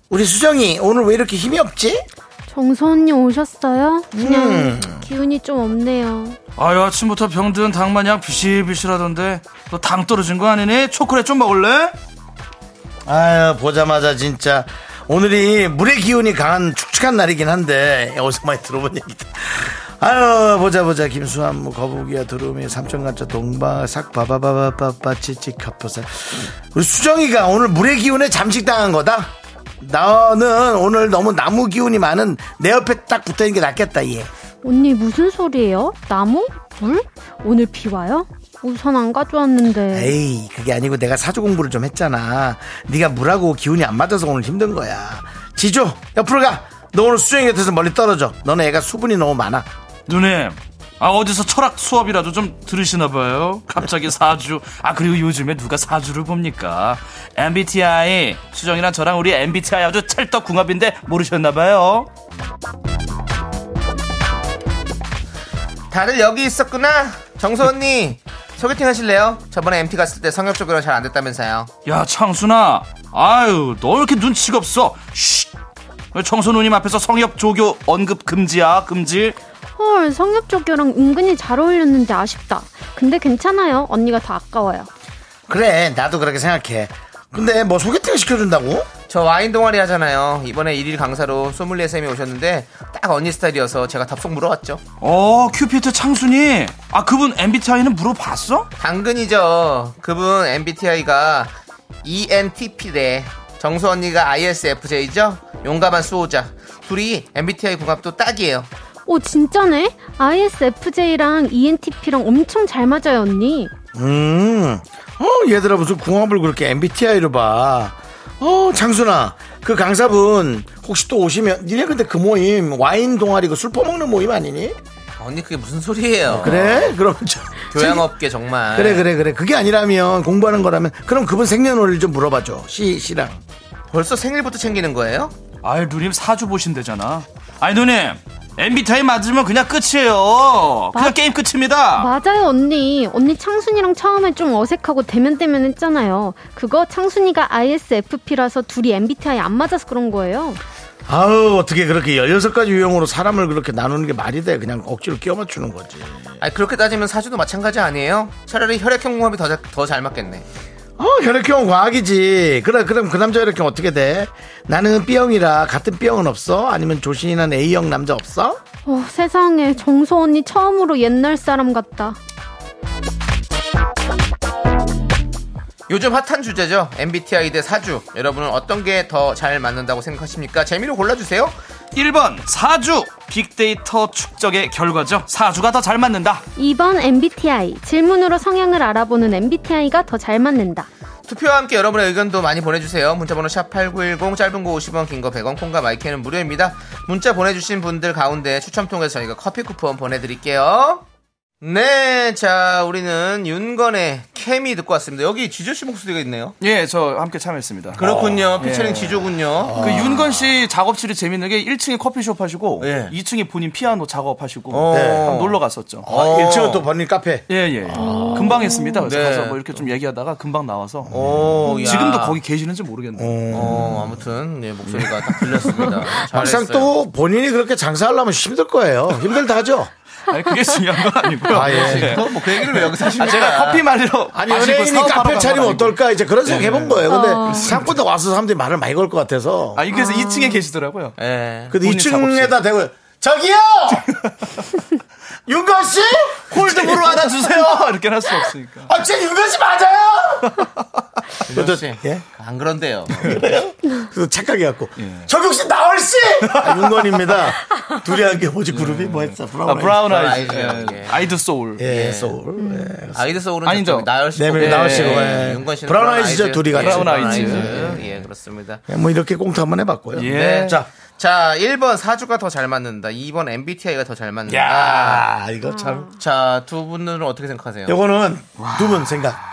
Speaker 1: 우리 수정이 오늘 왜 이렇게 힘이 없지?
Speaker 9: 정선님 오셨어요? 그냥
Speaker 1: 음.
Speaker 9: 기운이 좀 없네요.
Speaker 8: 아유 아침부터 병든 당 마냥 비실비실하던데 너 당 떨어진 거 아니니? 초콜릿 좀 먹을래?
Speaker 1: 아유, 보자마자 진짜. 오늘이 물의 기운이 강한 축축한 날이긴 한데, 어디서 많이 들어본 얘기다. 아유, 보자, 보자. 김수환, 뭐, 거북이야, 두루미, 삼천간자, 동방, 삭, 바바바바바바, 치치, 겹보살. 우리 수정이가 오늘 물의 기운에 잠식당한 거다? 나는 오늘 너무 나무 기운이 많은 내 옆에 딱 붙어 있는 게 낫겠다, 얘.
Speaker 9: 언니 무슨 소리예요? 나무? 물? 오늘 비 와요? 우산 안
Speaker 2: 네.
Speaker 9: 가져왔는데.
Speaker 1: 에이 그게 아니고 내가 사주 공부를 좀 했잖아 네가 물하고 기운이 안 맞아서 오늘 힘든 거야 지조 옆으로 가너 오늘 수정이 곁에서 멀리 떨어져 너네 애가 수분이 너무 많아
Speaker 8: 누님 아 어디서 철학 수업이라도 좀 들으시나 봐요 갑자기 사주 아 그리고 요즘에 누가 사주를 봅니까 MBTI 수정이랑 저랑 우리 MBTI 아주 찰떡궁합인데 모르셨나 봐요
Speaker 2: 다들 여기 있었구나. 정소 언니 소개팅 하실래요? 저번에 MT 갔을 때 성격 적으로 잘 안 됐다면서요.
Speaker 8: 야 창순아 아유 너 왜 이렇게 눈치가 없어 쉿 청소 누님 앞에서 성역 조교 언급 금지야 금지
Speaker 9: 헐, 성엽조교랑 은근히 잘 어울렸는데 아쉽다. 근데 괜찮아요. 언니가 더 아까워요.
Speaker 1: 그래 나도 그렇게 생각해 근데 뭐 소개팅 시켜준다고?
Speaker 2: 저 와인 동아리 하잖아요. 이번에 일일 강사로 소믈리에 쌤이 오셨는데 딱 언니 스타일이어서 제가 답속 물어왔죠.
Speaker 8: 어 큐피트 창순이 아 그분 MBTI는 물어봤어?
Speaker 2: 당근이죠. 그분 MBTI가 E ENTP래. 정수 언니가 ISFJ죠. 용감한 수호자. 둘이 MBTI 궁합도 딱이에요.
Speaker 9: 오, 진짜네? ISFJ랑 ENTP랑 엄청 잘 맞아요, 언니.
Speaker 1: 음, 어, 얘들아 무슨 궁합을 그렇게 MBTI로 봐. 어, 장순아, 그 강사분 혹시 또 오시면 니네 근데 그 모임 와인 동아리고 술 퍼먹는 모임 아니니?
Speaker 2: 언니 그게 무슨
Speaker 8: 아,
Speaker 2: 소리예요?
Speaker 1: 그래? 그럼 저,
Speaker 2: 어. 교양업계 정말.
Speaker 1: 그래 그래 그래 그게 아니라면 공부하는 거라면 그럼 그분 생년월일 좀 물어봐줘 씨 씨랑
Speaker 2: 벌써 생일부터 챙기는 거예요?
Speaker 8: 아이 누님 사주 보신대잖아 아이 누님 MBTI 맞으면 그냥 끝이에요 그냥
Speaker 9: 맞-
Speaker 8: 게임 끝입니다
Speaker 9: 맞아요, 언니. 언니 창순이랑 처음에 좀 어색하고 대면대면 했잖아요. 그거 창순이가 ISFP라서 둘이 MBTI 안 맞아서 그런 거예요.
Speaker 1: 아우 어떻게 그렇게 16가지 유형으로 사람을 그렇게 나누는 게 말이 돼 그냥 억지로 끼워 맞추는 거지
Speaker 2: 아니 그렇게 따지면 사주도 마찬가지 아니에요? 차라리 혈액형 궁합이 더 잘 맞겠네.
Speaker 1: 어 혈액형 과학이지 그래 그럼 그 남자 혈액형 어떻게 돼 나는 B형이라 같은 B형은 없어 아니면 조신이란 A형 남자 없어
Speaker 9: 어, 세상에. 정소 언니 처음으로 옛날 사람 같다.
Speaker 2: 요즘 핫한 주제죠. MBTI 대 사주. 여러분은 어떤 게 더 잘 맞는다고 생각하십니까? 재미로 골라주세요.
Speaker 8: 1번 사주 빅데이터 축적의 결과죠 사주가 더 잘 맞는다
Speaker 9: 2번 MBTI. 질문으로 성향을 알아보는 MBTI가 더 잘 맞는다.
Speaker 2: 투표와 함께 여러분의 의견도 많이 보내주세요. 문자번호 샵8910 짧은 거 50원 긴 거 100원 콩과 마이크는 무료입니다. 문자 보내주신 분들 가운데 추첨 통해서 저희가 커피 쿠폰 보내드릴게요. 네, 자 우리는 윤건의 케미 듣고 왔습니다. 여기 지조 씨 목소리가 있네요.
Speaker 8: 예 저 함께 참여했습니다
Speaker 2: 그렇군요. 피처링 지조군요.
Speaker 8: 그 윤건 씨 작업실이 재밌는 게 1층에 커피숍 하시고
Speaker 2: 예.
Speaker 8: 2층에 본인 피아노 작업하시고 네,
Speaker 2: 어.
Speaker 8: 한번 놀러 갔었죠.
Speaker 1: 아, 1층은 또 버님 카페
Speaker 8: 예예. 금방 했습니다. 그래서
Speaker 2: 네.
Speaker 8: 가서 뭐 이렇게 좀 얘기하다가 금방 나와서
Speaker 2: 오, 야.
Speaker 8: 어. 지금도 거기 계시는지 모르겠네요.
Speaker 2: 어, 아무튼 예, 목소리가 딱 들렸습니다.
Speaker 1: 막상
Speaker 2: 잘했어요.
Speaker 1: 또 본인이 그렇게 장사하려면 힘들 거예요 힘들다 하죠
Speaker 8: 아니, 그게 중요한 건 어. 아니고요. 네. 아,
Speaker 1: 아, 예.
Speaker 2: 그건 뭐그 얘기를 왜 여기서 하십니까?
Speaker 8: 제가 커피 마시러
Speaker 1: 아니 연예인이 카페 차리면 어떨까 네. 아. 이제 그런 생각 해본 거예요 근데 생각보다 와서 사람들이 말을 많이 걸 것 같아서
Speaker 8: 아 그래서 2층에 계시더라고요.
Speaker 2: 예.
Speaker 1: 근데
Speaker 8: 본인 작업실.
Speaker 1: 2층에다 대고 저기요 윤건 씨?
Speaker 8: 콜드 물어 하나 아, 주세요. 이렇게 할 수 없으니까.
Speaker 1: 아, 제 윤건 씨 맞아요?
Speaker 2: 윤정 씨,
Speaker 1: 예?
Speaker 2: 안 그런데요.
Speaker 1: 그래서 착각해갖고 저기 혹시 나얼 씨? 아, 윤건입니다. 둘이 한 게 뭐지 그룹이 뭐였어? 브라운.
Speaker 8: 아, 브라운
Speaker 2: 브라운
Speaker 8: 아이즈.
Speaker 2: 아이즈. 예.
Speaker 8: 아이드 소울.
Speaker 1: 아이. 예, 소울. 예.
Speaker 2: 아이들 서울은
Speaker 8: 아니죠.
Speaker 2: 저기 나열 씨,
Speaker 1: 네,
Speaker 2: 거고,
Speaker 1: 나얼 씨고,
Speaker 2: 예,
Speaker 1: 예.
Speaker 2: 윤건 씨는
Speaker 1: 브라운 아이즈죠, 둘이 같이.
Speaker 2: 브라운
Speaker 8: 브라운
Speaker 2: 아이즈.
Speaker 8: 아이즈.
Speaker 2: 예, 그렇습니다.
Speaker 1: 예, 뭐 이렇게 꽁트 한번 해봤고요.
Speaker 8: 예.
Speaker 1: 네, 자,
Speaker 2: 자, 1번 사주가 더 잘 맞는다. 2번 MBTI가 더 잘 맞는다.
Speaker 1: 야 이거 참.
Speaker 2: 자, 두 분은 어떻게 생각하세요?
Speaker 1: 요거는 두 분 생각.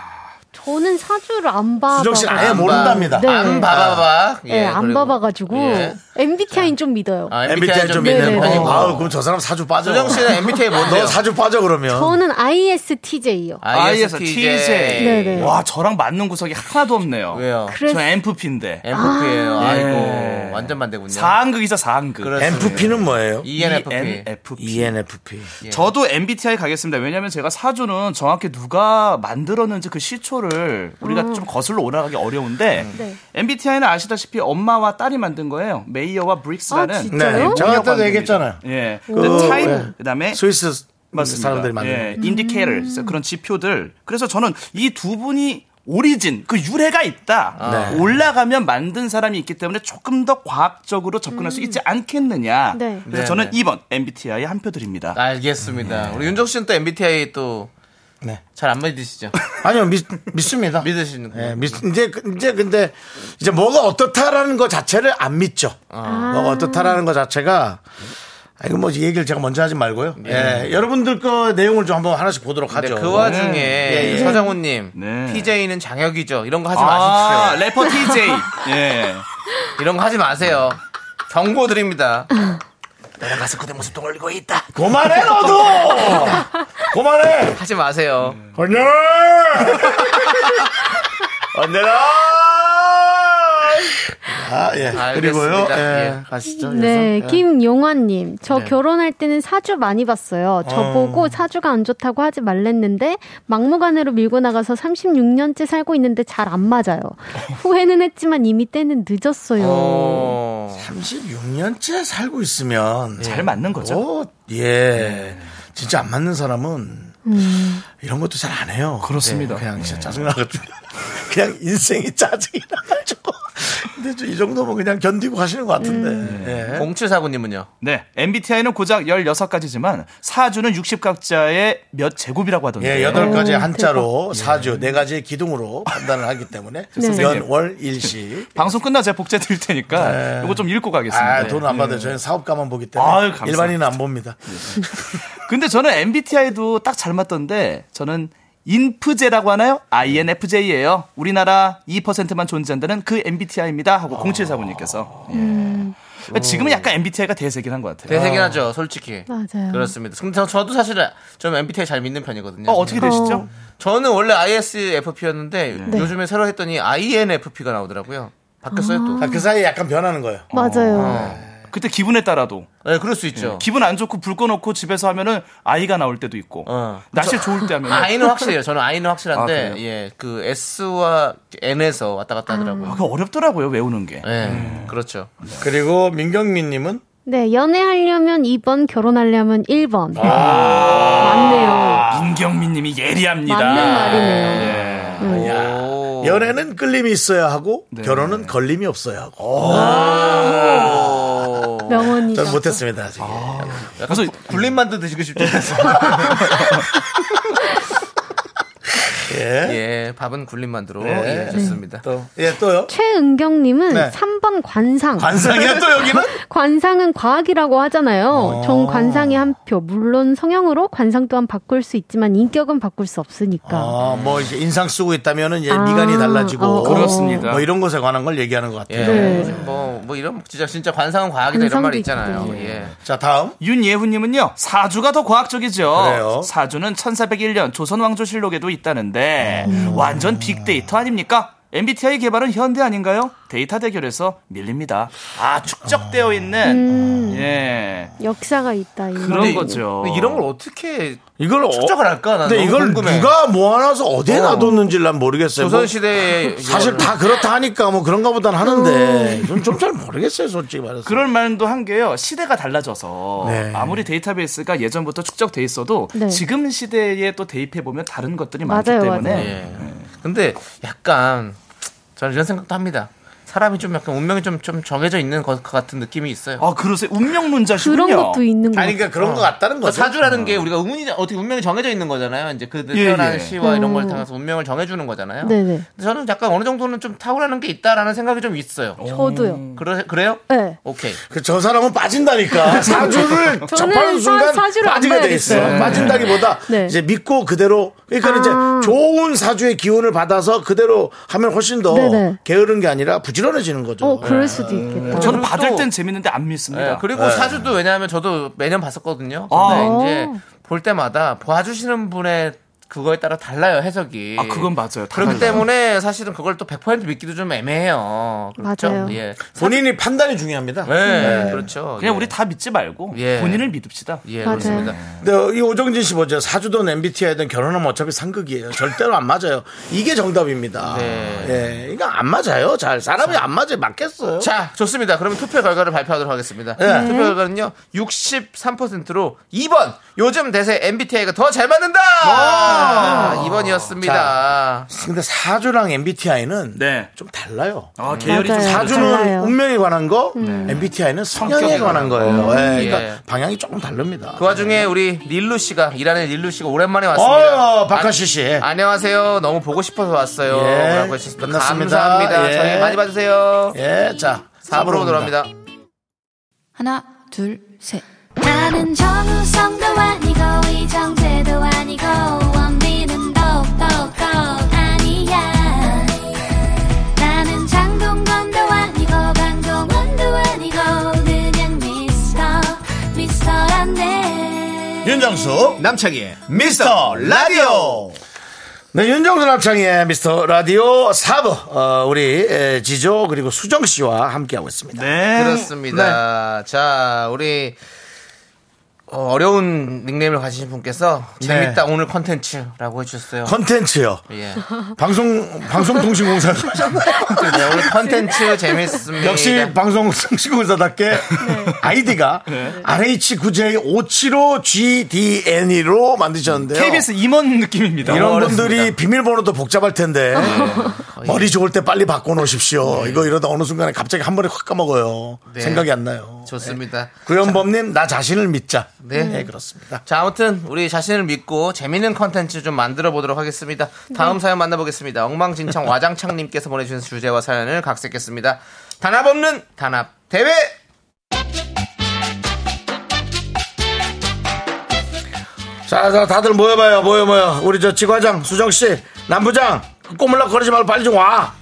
Speaker 9: 저는 사주를 안 봐.
Speaker 1: 수정 씨는 아예
Speaker 2: 안 봐.
Speaker 1: 모른답니다. 아.
Speaker 9: 네.
Speaker 2: 안 봐봐봐.
Speaker 9: 예, 안
Speaker 2: 그리고-
Speaker 9: 봐봐가지고
Speaker 2: 예.
Speaker 9: MBTI는 좀 믿어요.
Speaker 2: 아,
Speaker 1: MBTI 좀
Speaker 9: 네,
Speaker 1: 있는.
Speaker 9: 네, 네.
Speaker 1: 어. 아우 그럼 저 사람 사주 빠져.
Speaker 2: 수정 씨는 MBTI 뭔데요?
Speaker 1: 너 사주 빠져 그러면.
Speaker 9: 저는
Speaker 2: 아,
Speaker 9: ISTJ요.
Speaker 2: ISTJ.
Speaker 9: 네네.
Speaker 8: 와 저랑 맞는 구석이 하나도 없네요.
Speaker 2: 왜요?
Speaker 8: 저
Speaker 9: 그래서
Speaker 8: 엠프피인데
Speaker 2: MFP예요. 아, 이고
Speaker 8: 예.
Speaker 2: 완전 반대군요. E
Speaker 8: 사항극이죠 사항극.
Speaker 2: 그렇죠.
Speaker 1: MFP는 뭐예요?
Speaker 2: ENFP.
Speaker 8: ENFP.
Speaker 1: ENFP.
Speaker 2: 예.
Speaker 8: 저도 MBTI 가겠습니다. 왜냐하면 제가 사주는 정확히 누가 만들었는지 그 시초를 우리가 좀 거슬러 올라가기 어려운데
Speaker 9: 음. 네.
Speaker 8: MBTI는 아시다시피 엄마와 딸이 만든 거예요. 메이어와 브릭스라는.
Speaker 9: 아, 진짜?
Speaker 1: 네.
Speaker 9: 진짜요?
Speaker 1: 제가 때도 얘기했잖아요.
Speaker 8: 예.
Speaker 1: 오.
Speaker 8: 그 타입
Speaker 1: 네.
Speaker 8: 그다음에
Speaker 1: 스위스
Speaker 8: 맞습니다.
Speaker 1: 사람들이 만든.
Speaker 8: 예, 인디케이터 그래서 그런 지표들. 그래서 저는 이 두 분이 오리진 그 유래가 있다.
Speaker 1: 네.
Speaker 8: 올라가면 만든 사람이 있기 때문에 조금 더 과학적으로 접근할 수 있지 않겠느냐.
Speaker 9: 네.
Speaker 8: 그래서
Speaker 2: 네,
Speaker 8: 저는
Speaker 2: 네.
Speaker 8: 2번 MBTI에 한 표 드립니다.
Speaker 2: 알겠습니다. 우리 윤정 씨는 또 MBTI 또.
Speaker 1: 네.
Speaker 2: 잘 안 믿으시죠?
Speaker 1: 아니요 믿, 믿습니다.
Speaker 2: 믿으시는 거예요.
Speaker 1: 예, 믿, 이제 그- 이제 근데 이제 뭐가 어떻다라는 것 자체를 안 믿죠.
Speaker 2: 아.
Speaker 1: 뭐가 어떻다라는 것 자체가 아, 이거 뭐이 얘기를 제가 먼저 하지 말고요. 예, 여러분들 거 내용을 좀 한번 하나씩 보도록
Speaker 2: 근데
Speaker 1: 하죠.
Speaker 2: 그 와중에
Speaker 1: 예, 예.
Speaker 2: 서정훈님,
Speaker 8: 네.
Speaker 2: TJ는 장혁이죠. 이런 거 하지
Speaker 8: 아,
Speaker 1: 네.
Speaker 2: 마십시오.
Speaker 8: 래퍼 TJ. 예.
Speaker 2: 이런 거 하지 마세요. 경고 드립니다.
Speaker 1: 그만해 너도. 그만해.
Speaker 2: 하지 마세요.
Speaker 8: 네.
Speaker 1: 언제? 언제나. 아, 예. 그리고요.
Speaker 2: 알겠습니다.
Speaker 1: 예.
Speaker 2: 예.
Speaker 1: 가시죠.
Speaker 9: 네,
Speaker 1: 여기서. 예.
Speaker 9: 김용환님. 저 결혼할 때는 사주 많이 봤어요. 저보고 사주가 안 좋다고 하지 말랬는데, 막무가내로 밀고 나가서 36년째 살고 있는데 잘 안 맞아요. 후회는 했지만 이미 때는 늦었어요.
Speaker 2: 어.
Speaker 1: 36년째 살고 있으면
Speaker 8: 잘 맞는 거죠.
Speaker 1: 어, 예. 진짜 안 맞는 사람은 이런 것도 잘 안 해요.
Speaker 8: 그렇습니다.
Speaker 1: 네, 그냥 진짜 짜증나가지고. 그냥 인생이 짜증이 나가지고. 근데 좀이 정도면 그냥 견디고 가시는 것 같은데. 예.
Speaker 2: 0749님은요?
Speaker 8: 네. MBTI는 고작 16가지지만 사주는 60각자의 몇 제곱이라고 하던데.
Speaker 1: 예, 여덟 가지 한자로 사주 네 가지의 기둥으로 판단을 하기 때문에 연월 일시
Speaker 8: 방송 끝나 제가 복제 드릴 테니까 이거 좀 읽고 가겠습니다.
Speaker 1: 네.
Speaker 8: 네.
Speaker 1: 아, 돈 안 받아요. 저희는 사업가만 보기 때문에
Speaker 8: 아유, 감사합니다.
Speaker 1: 일반인은 안 봅니다.
Speaker 8: 근데 저는 MBTI도 딱 잘 맞던데 저는 인프제라고 하나요? INFJ예요. 우리나라 2%만 존재한다는 그 MBTI입니다. 하고 0749님께서. 예. 그러니까 지금은 약간 MBTI가 대세긴 한 것 같아요.
Speaker 2: 대세긴 하죠, 솔직히.
Speaker 9: 맞아요.
Speaker 2: 그렇습니다. 근데 저- 저도 사실 좀 MBTI 잘 믿는 편이거든요.
Speaker 8: 어, 어떻게 되시죠?
Speaker 2: 저는 원래 ISFP였는데
Speaker 8: 네.
Speaker 2: 요즘에 새로 했더니 INFP가 나오더라고요. 바뀌었어요, 또.
Speaker 1: 아, 그 사이에 약간 변하는 거예요.
Speaker 9: 맞아요.
Speaker 8: 그때 기분에 따라도
Speaker 2: 네, 그럴 수 있죠.
Speaker 8: 기분 안 좋고 불 꺼놓고 집에서 하면은 아이가 나올 때도 있고
Speaker 2: 어.
Speaker 8: 날씨 좋을 때
Speaker 1: 예.
Speaker 8: 하면
Speaker 2: 아이는 확실해요. 저는 아이는 확실한데
Speaker 8: 아, 그래요?
Speaker 2: 예, 그 S와 N에서 왔다 갔다
Speaker 1: 아,
Speaker 2: 하더라고요.
Speaker 8: 그 어렵더라고요 외우는 게.
Speaker 2: 예, 그렇죠.
Speaker 1: 그리고 민경민 님은
Speaker 9: 네, 연애하려면 2번, 결혼하려면 1번. 맞네요.
Speaker 8: 아. 민경민님이 예리합니다.
Speaker 9: 맞는 말이네요.
Speaker 8: 예.
Speaker 2: 오.
Speaker 1: 연애는 끌림이 있어야 하고 결혼은 걸림이 없어야 하고.
Speaker 9: 명언이.
Speaker 1: 저는 못했습니다. 아직.
Speaker 8: 그래서
Speaker 2: 굴린 만두 드시고 싶죠?
Speaker 1: 예.
Speaker 2: 예, 밥은 굴린 만두로
Speaker 1: 네.
Speaker 2: 예, 좋습니다.
Speaker 1: 또, 예, 또요.
Speaker 9: 최은경님은
Speaker 1: 네.
Speaker 9: 3번 관상.
Speaker 1: 관상이야 또 여기는?
Speaker 9: 관상은 과학이라고 하잖아요. 전 관상의 한 표. 물론 성향으로 관상 또한 바꿀 수 있지만 인격은 바꿀 수
Speaker 8: 그러니까.
Speaker 9: 없으니까.
Speaker 1: 아, 뭐 이제 인상 쓰고 있다면은 이제
Speaker 9: 아,
Speaker 1: 미간이 달라지고
Speaker 9: 어,
Speaker 8: 그렇습니다.
Speaker 1: 뭐 이런 것에 관한 걸 얘기하는 것
Speaker 2: 예,
Speaker 1: 같아요.
Speaker 9: 네.
Speaker 2: 요즘 뭐, 뭐 이런 진짜 진짜 관상은 과학이다 이런 말이
Speaker 9: 관상도
Speaker 2: 있잖아요.
Speaker 9: 있고.
Speaker 2: 예.
Speaker 1: 자, 다음.
Speaker 8: 윤예훈님은요 사주가 더 과학적이죠.
Speaker 1: 그래요?
Speaker 8: 사주는 1401년 조선왕조실록에도 있다는데
Speaker 9: 음.
Speaker 8: 완전 빅데이터 아닙니까? MBTI 개발은 현대 아닌가요? 데이터 대결에서 밀립니다. 아 축적되어
Speaker 9: 음.
Speaker 8: 있는 예
Speaker 9: 역사가 있다. 이
Speaker 8: 그런
Speaker 9: 말이.
Speaker 8: 거죠.
Speaker 2: 근데 뭐 이런 걸 어떻게
Speaker 1: 이걸 어-
Speaker 2: 축적을 할까? 난
Speaker 1: 근데
Speaker 2: 너무
Speaker 1: 이걸
Speaker 2: 궁금해.
Speaker 1: 누가 모아놔서 어디에 놔뒀는지 난 모르겠어요. 뭐
Speaker 2: 조선 시대에
Speaker 1: 사실 다 그렇다 하니까 뭐 그런가 보단 하는데 좀 잘 모르겠어요, 솔직히 말해서.
Speaker 8: 그럴 말도 한 게요 시대가 달라져서
Speaker 1: 네.
Speaker 8: 아무리 데이터베이스가 예전부터 축적돼 있어도
Speaker 9: 네.
Speaker 8: 지금 시대에 또 대입해 보면 다른 것들이 많기
Speaker 9: 맞아요,
Speaker 8: 때문에
Speaker 9: 맞아요.
Speaker 2: 예. 근데 약간 저는 이런 생각도 합니다. 사람이 좀 약간 운명이 좀, 좀 정해져 있는 것 같은 느낌이 있어요.
Speaker 8: 아, 그러세요? 운명론자시군요.
Speaker 9: 그런 것도 있는 거
Speaker 1: 아니 그러니까 그런 거 같다는
Speaker 2: 그러니까
Speaker 1: 거죠.
Speaker 2: 사주라는 게 우리가 운이 어떻게 운명이 정해져 있는 거잖아요. 이제 그
Speaker 8: 예,
Speaker 2: 태어난
Speaker 8: 예.
Speaker 2: 시와 이런 걸
Speaker 9: 음.
Speaker 2: 통해서 운명을 정해주는 거잖아요.
Speaker 9: 네네.
Speaker 2: 근데 저는 약간 어느 정도는 좀 탁월하는 게 있다라는 생각이 좀 있어요.
Speaker 9: 저도요.
Speaker 2: 그러, 그래요?
Speaker 9: 네.
Speaker 2: 오케이.
Speaker 1: 그 저 사람은 빠진다니까 사주를 접하는 순간
Speaker 9: 사- 사주를 안
Speaker 1: 빠지게 돼 있어.
Speaker 9: 봐야겠어요.
Speaker 1: 요 빠진다기보다
Speaker 9: 네. 아.
Speaker 1: 이제 믿고 그대로 그러니까 이제 좋은 사주의 기운을 받아서 그대로 하면 훨씬 더
Speaker 9: 네네.
Speaker 1: 게으른 게 아니라 부지런해지는 거죠.
Speaker 9: 어, 그럴 수도 있겠다.
Speaker 8: 저는
Speaker 2: 그리고
Speaker 8: 받을
Speaker 2: 또-
Speaker 8: 땐 재밌는데 안 믿습니다.
Speaker 2: 네, 그리고 사주도 왜냐하면 저도 매년 봤었거든요. 근데
Speaker 8: 아.
Speaker 2: 이제
Speaker 9: 어.
Speaker 2: 볼 때마다 봐주시는 분의 그거에 따라 달라요 해석이.
Speaker 8: 아, 그건 맞아요. 다
Speaker 2: 그렇기
Speaker 8: 달라요.
Speaker 2: 때문에 사실은 그걸 또 100% 믿기도 좀 애매해요. 그렇죠?
Speaker 9: 맞아요.
Speaker 2: 예.
Speaker 1: 본인이 판단이 중요합니다.
Speaker 2: 네, 그렇죠.
Speaker 8: 그냥
Speaker 2: 예.
Speaker 8: 우리 다 믿지 말고
Speaker 2: 예.
Speaker 8: 본인을 믿읍시다.
Speaker 2: 예,
Speaker 9: 맞아요.
Speaker 2: 그렇습니다.
Speaker 1: 근데 이 오정진 씨 보죠. 사주든 MBTI든 결혼하면 어차피 상극이에요. 절대로 안 맞아요. 이게 정답입니다.
Speaker 2: 네.
Speaker 1: 예. 이거 안 맞아요. 잘 사람이 안 맞아요. 맞겠어요.
Speaker 2: 자, 좋습니다. 그러면 투표 결과를 발표하도록 하겠습니다.
Speaker 1: 네.
Speaker 2: 투표 결과는요, 63%로 2번! 요즘 대세 MBTI가 더 잘 맞는다! 아, 2번이었습니다.
Speaker 1: 근데 사주랑 MBTI는
Speaker 8: 네.
Speaker 1: 좀 달라요.
Speaker 8: 아, 계열이 좀
Speaker 9: 맞아요.
Speaker 8: 사주.
Speaker 1: 사주는
Speaker 9: 달라요. 음. 네.
Speaker 1: 운명에 관한 거, MBTI는 성격에
Speaker 2: 성격에
Speaker 1: 관한
Speaker 2: 관한
Speaker 1: 거예요. 예, 그러니까
Speaker 2: 예.
Speaker 1: 방향이 조금 다릅니다.
Speaker 2: 그 와중에 우리 릴루 씨가, 일하는 릴루 씨가 오랜만에 왔습니다.
Speaker 1: 어, 박하시 씨.
Speaker 2: 아, 안녕하세요. 너무 보고 싶어서 왔어요.
Speaker 1: 예,
Speaker 2: 라고 하셨습니다.
Speaker 1: 끝났습니다.
Speaker 2: 감사합니다.
Speaker 1: 예.
Speaker 2: 저희 많이 봐주세요.
Speaker 1: 예, 자,
Speaker 2: 4부로
Speaker 1: 4부로 돌아옵니다.
Speaker 2: 돌아옵니다.
Speaker 6: 하나, 둘, 셋. 나는 정우성도 아니고, 이정재도 아니고, 원빈은 더욱더 아니야. 나는 장동건도 아니고, 강동원도 아니고, 그냥 미스터, 미스터란데.
Speaker 1: 윤정수, 남창희의 미스터 라디오. 네, 윤정수 남창희의 미스터 라디오 4부. 어, 우리 에, 지조 그리고 수정 씨와 함께하고 있습니다.
Speaker 8: 네.
Speaker 2: 그렇습니다.
Speaker 1: 네.
Speaker 2: 자, 우리 어, 어려운 닉네임을 가지신 분께서 재밌다 오늘 컨텐츠라고 해주셨어요.
Speaker 1: 컨텐츠요.
Speaker 2: 예.
Speaker 1: 방송, 방송통신공사.
Speaker 2: 네, 오늘 컨텐츠
Speaker 8: 네,
Speaker 2: 재밌습니다.
Speaker 1: 역시 방송통신공사답게 아이디가
Speaker 8: 네.
Speaker 1: RH9J575GDNE로 만드셨는데요.
Speaker 8: KBS 임원 느낌입니다.
Speaker 1: 이런
Speaker 8: 어렵습니다. 어.
Speaker 1: 분들이 비밀번호도 복잡할 텐데 머리 좋을 때 빨리 바꿔놓으십시오.
Speaker 8: 네.
Speaker 1: 이거 이러다 어느 순간에 갑자기 한 번에 확 까먹어요.
Speaker 2: 네.
Speaker 1: 생각이 안 나요. 네.
Speaker 2: 좋습니다.
Speaker 1: 구현범님 나 자신을 믿자.
Speaker 2: 네.
Speaker 1: 네, 그렇습니다.
Speaker 2: 자, 아무튼 우리 자신을 믿고 재밌는 컨텐츠 좀 만들어 보도록 하겠습니다. 다음
Speaker 1: 네.
Speaker 2: 사연 만나보겠습니다. 엉망진창 와장창님께서 보내주신 주제와 사연을 각색했습니다. 단합 없는 단합 대회!
Speaker 1: 자, 자 다들 모여봐요. 모여 모여. 우리 저 지과장 수정 씨, 남부장 그 꼬물락거리지 말고 빨리 좀 와.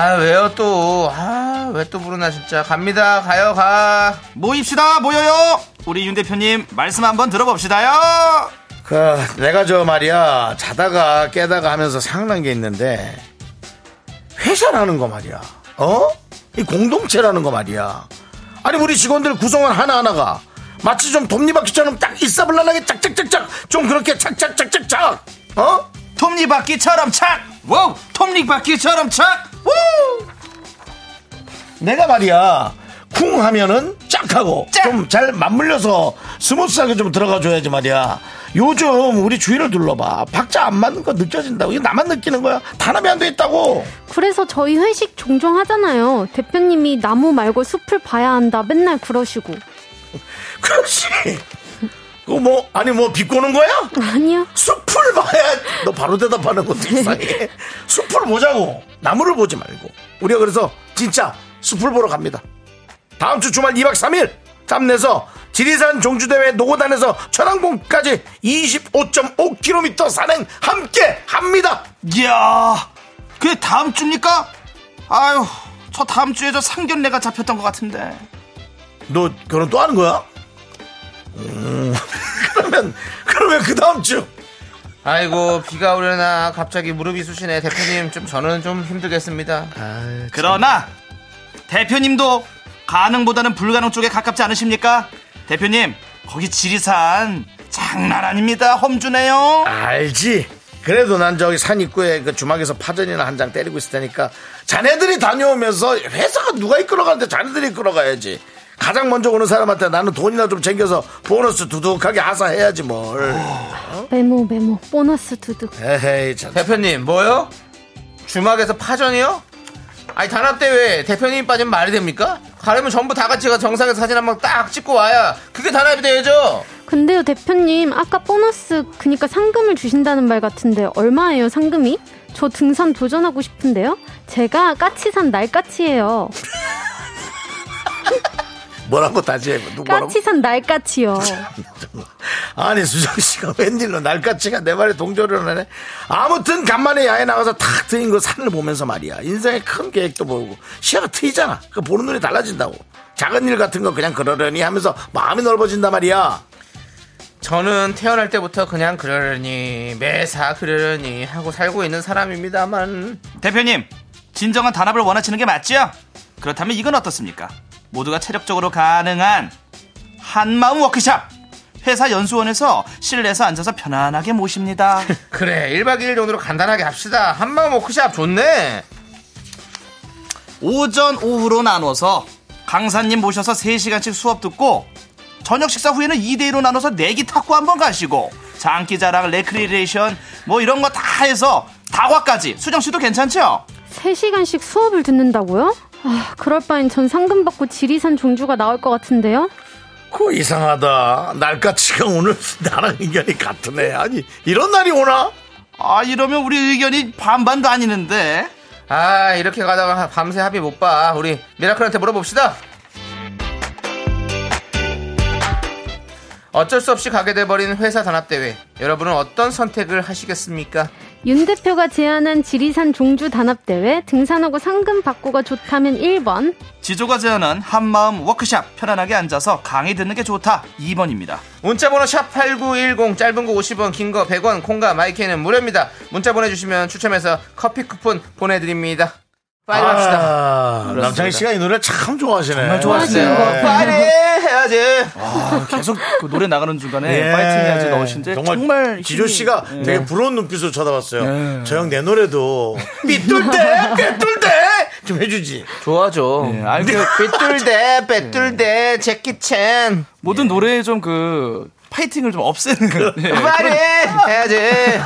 Speaker 2: 아, 왜요 또? 아, 왜 또 부르나 진짜. 갑니다. 가요, 가.
Speaker 8: 모입시다 모여요. 우리 윤 대표님 말씀 한번 들어봅시다요.
Speaker 1: 그 내가 저 말이야 자다가 깨다가 하면서 생각난 게 있는데 회사라는 거 말이야 어? 이 공동체라는 거 말이야 아니 우리 직원들 구성원 하나하나가 마치 좀 톱니바퀴처럼 딱 일사불란하게 짝짝짝짝 좀 그렇게 착착착착착 어?
Speaker 8: 톱니바퀴처럼 착. 와우. 톱니바퀴처럼 착.
Speaker 1: 우! 내가 말이야 쿵 하면은 짝하고 좀 잘 맞물려서 스무스하게 좀 들어가줘야지 말이야 요즘 우리 주위를 둘러봐 박자 안 맞는 거 느껴진다고 이거 나만 느끼는 거야 단합이 안 돼 있다고
Speaker 9: 그래서 저희 회식 종종 하잖아요. 대표님이 나무 말고 숲을 봐야 한다. 맨날 그러시고.
Speaker 1: 그렇지 그거 뭐 아니 뭐 비꼬는 거야?
Speaker 9: 아니요.
Speaker 1: 숲을 봐야 너 바로 대답하는 것도 이상해 숲을 보자고 나무를 보지 말고 우리가 그래서 진짜 숲을 보러 갑니다 다음 주 주말 2박 3일 짬내서 지리산 종주대회 노고단에서 천왕봉까지 25.5km 산행 함께 합니다
Speaker 8: 이야. 그게 다음 주입니까? 아유. 저 다음 주에 저 상견례가 잡혔던 것 같은데.
Speaker 1: 너 결혼 또 하는 거야? 음, 그러면 그러면 그 다음 주
Speaker 2: 아이고, 비가 오려나. 갑자기 무릎이 쑤시네. 대표님, 좀 저는 좀 힘들겠습니다.
Speaker 8: 그러나 대표님도 가능보다는 불가능 쪽에 가깝지 않으십니까? 대표님 거기 지리산 장난 아닙니다. 험주네요.
Speaker 1: 알지. 그래도 난 저기 산 입구에 그 주막에서 파전이나 한 장 때리고 있을 테니까 자네들이 다녀오면서 회사가 누가 이끌어가는데 자네들이 이끌어가야지. 가장 먼저 오는 사람한테 나는 돈이나 좀 챙겨서 보너스 두둑하게 하사해야지 뭘.
Speaker 9: 어. 메모 메모. 보너스 두둑.
Speaker 1: 에헤이 참.
Speaker 2: 대표님, 뭐요? 주막에서 파전이요? 아니 단합대회 대표님 빠지면 말이 됩니까? 가려면 전부 다 같이 가 정상에서 사진 한 번 딱 찍고 와야 그게 단합대회죠.
Speaker 9: 근데요 대표님 아까 보너스 그니까 상금을 주신다는 말 같은데 얼마예요 상금이? 저 등산 도전하고 싶은데요. 제가 까치산 날까치예요.
Speaker 1: 뭐라고 다시 해봐. 누구 뭐라고?
Speaker 9: 까치산 날까치요.
Speaker 1: 아니 수정 씨가 웬일로 날까치가 내 말에 동조를 하네. 아무튼 간만에 야외 나가서 탁 트인 그 산을 보면서 말이야. 인생의 큰 계획도 보고 시야가 트이잖아. 그 보는 눈이 달라진다고. 작은 일 같은 거 그냥 그러려니 하면서 마음이 넓어진단 말이야.
Speaker 2: 저는 태어날 때부터 그냥 그러려니 매사 그러려니 하고 살고 있는 사람입니다만
Speaker 8: 대표님, 진정한 단합을 원하시는 게 맞지요? 그렇다면 이건 어떻습니까? 모두가 체력적으로 가능한 한마음 워크샵! 회사 연수원에서 실내에서 앉아서 편안하게 모십니다.
Speaker 2: 그래 1박 2일 정도로 간단하게 합시다 한마음 워크샵 좋네
Speaker 8: 오전, 오후로 나눠서 강사님 모셔서 3시간씩 수업 듣고 저녁 식사 후에는 2대2로 나눠서 내기 탁구 한번 가시고 장기자랑, 레크리레이션 뭐 이런 거 다 해서 다과까지 수정씨도 괜찮죠?
Speaker 9: 3시간씩 수업을 듣는다고요? 아, 그럴 바엔 전 상금 받고 지리산 종주가 나올 것 같은데요?
Speaker 1: 그 이상하다. 날까치가 오늘 나랑 인연이 같은 애. 아니 이런 날이 오나?
Speaker 8: 아 이러면 우리 의견이 반반도 아니는데
Speaker 2: 아 이렇게 가다가 밤새 합의 못 봐 우리 미라클한테 물어봅시다 어쩔 수 없이 가게 돼버린 회사 단합대회 여러분은 어떤 선택을 하시겠습니까?
Speaker 9: 윤 대표가 제안한 지리산 종주 단합대회 등산하고 상금 받고가 좋다면 1번,
Speaker 8: 지조가 제안한 한마음 워크샵 편안하게 앉아서 강의 듣는 게 좋다 2번입니다
Speaker 2: 문자번호 샵8910 짧은 거 50원 긴 거 100원 콩과 마이크는 무료입니다 문자 보내주시면 추첨해서 커피 쿠폰 보내드립니다 빨리 갑시다
Speaker 1: 아, 남창희 씨가 이 노래 참 좋아하시네. 정말
Speaker 8: 좋아하시네요.
Speaker 2: 네. 빨리 해야지
Speaker 8: 계속 그 노래 나가는 중간에
Speaker 1: 예.
Speaker 8: 파이팅 해야지 넣으신데 정말,
Speaker 1: 지조
Speaker 8: 힘이-
Speaker 1: 씨가
Speaker 8: 예.
Speaker 1: 되게 부러운 눈빛으로
Speaker 2: 예.
Speaker 1: 쳐다봤어요. 저 형 내 노래도 삐뚤 때, 삐뚤 때좀 해주지.
Speaker 2: 좋아죠
Speaker 8: 예, 아니, 그
Speaker 2: 빼뚤대 빼뚤대 제키챈
Speaker 8: 모든 노래에 좀 그 파이팅을 좀 없애는 그, 예.
Speaker 2: 빨리 해야지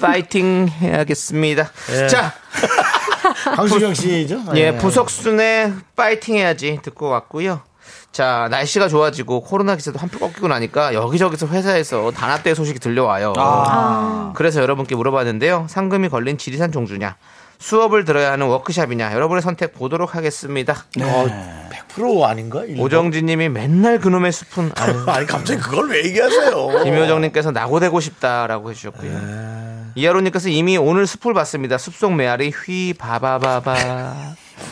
Speaker 2: 파이팅 해야겠습니다 자
Speaker 1: 강수경 씨죠?
Speaker 2: 예, 부석순의 파이팅 해야지 듣고 왔고요. 자, 날씨가 좋아지고 코로나 기세도 한풀 꺾이고 나니까 여기저기서 회사에서 단합대 소식이 들려와요. 그래서 여러분께 물어봤는데요. 상금이 걸린 지리산 종주냐, 수업을 들어야 하는 워크샵이냐, 여러분의 선택 보도록 하겠습니다. 네.
Speaker 1: 어, 100% 아닌가? 일본?
Speaker 2: 오정진님이 맨날 그놈의 숲은 아유.
Speaker 1: 아니 갑자기 그걸 왜 얘기하세요?
Speaker 2: 김효정님께서 낙오되고 싶다라고 해주셨고요. 이하로님께서 이미 오늘 숲을 봤습니다. 숲속 메아리 휘 바바바바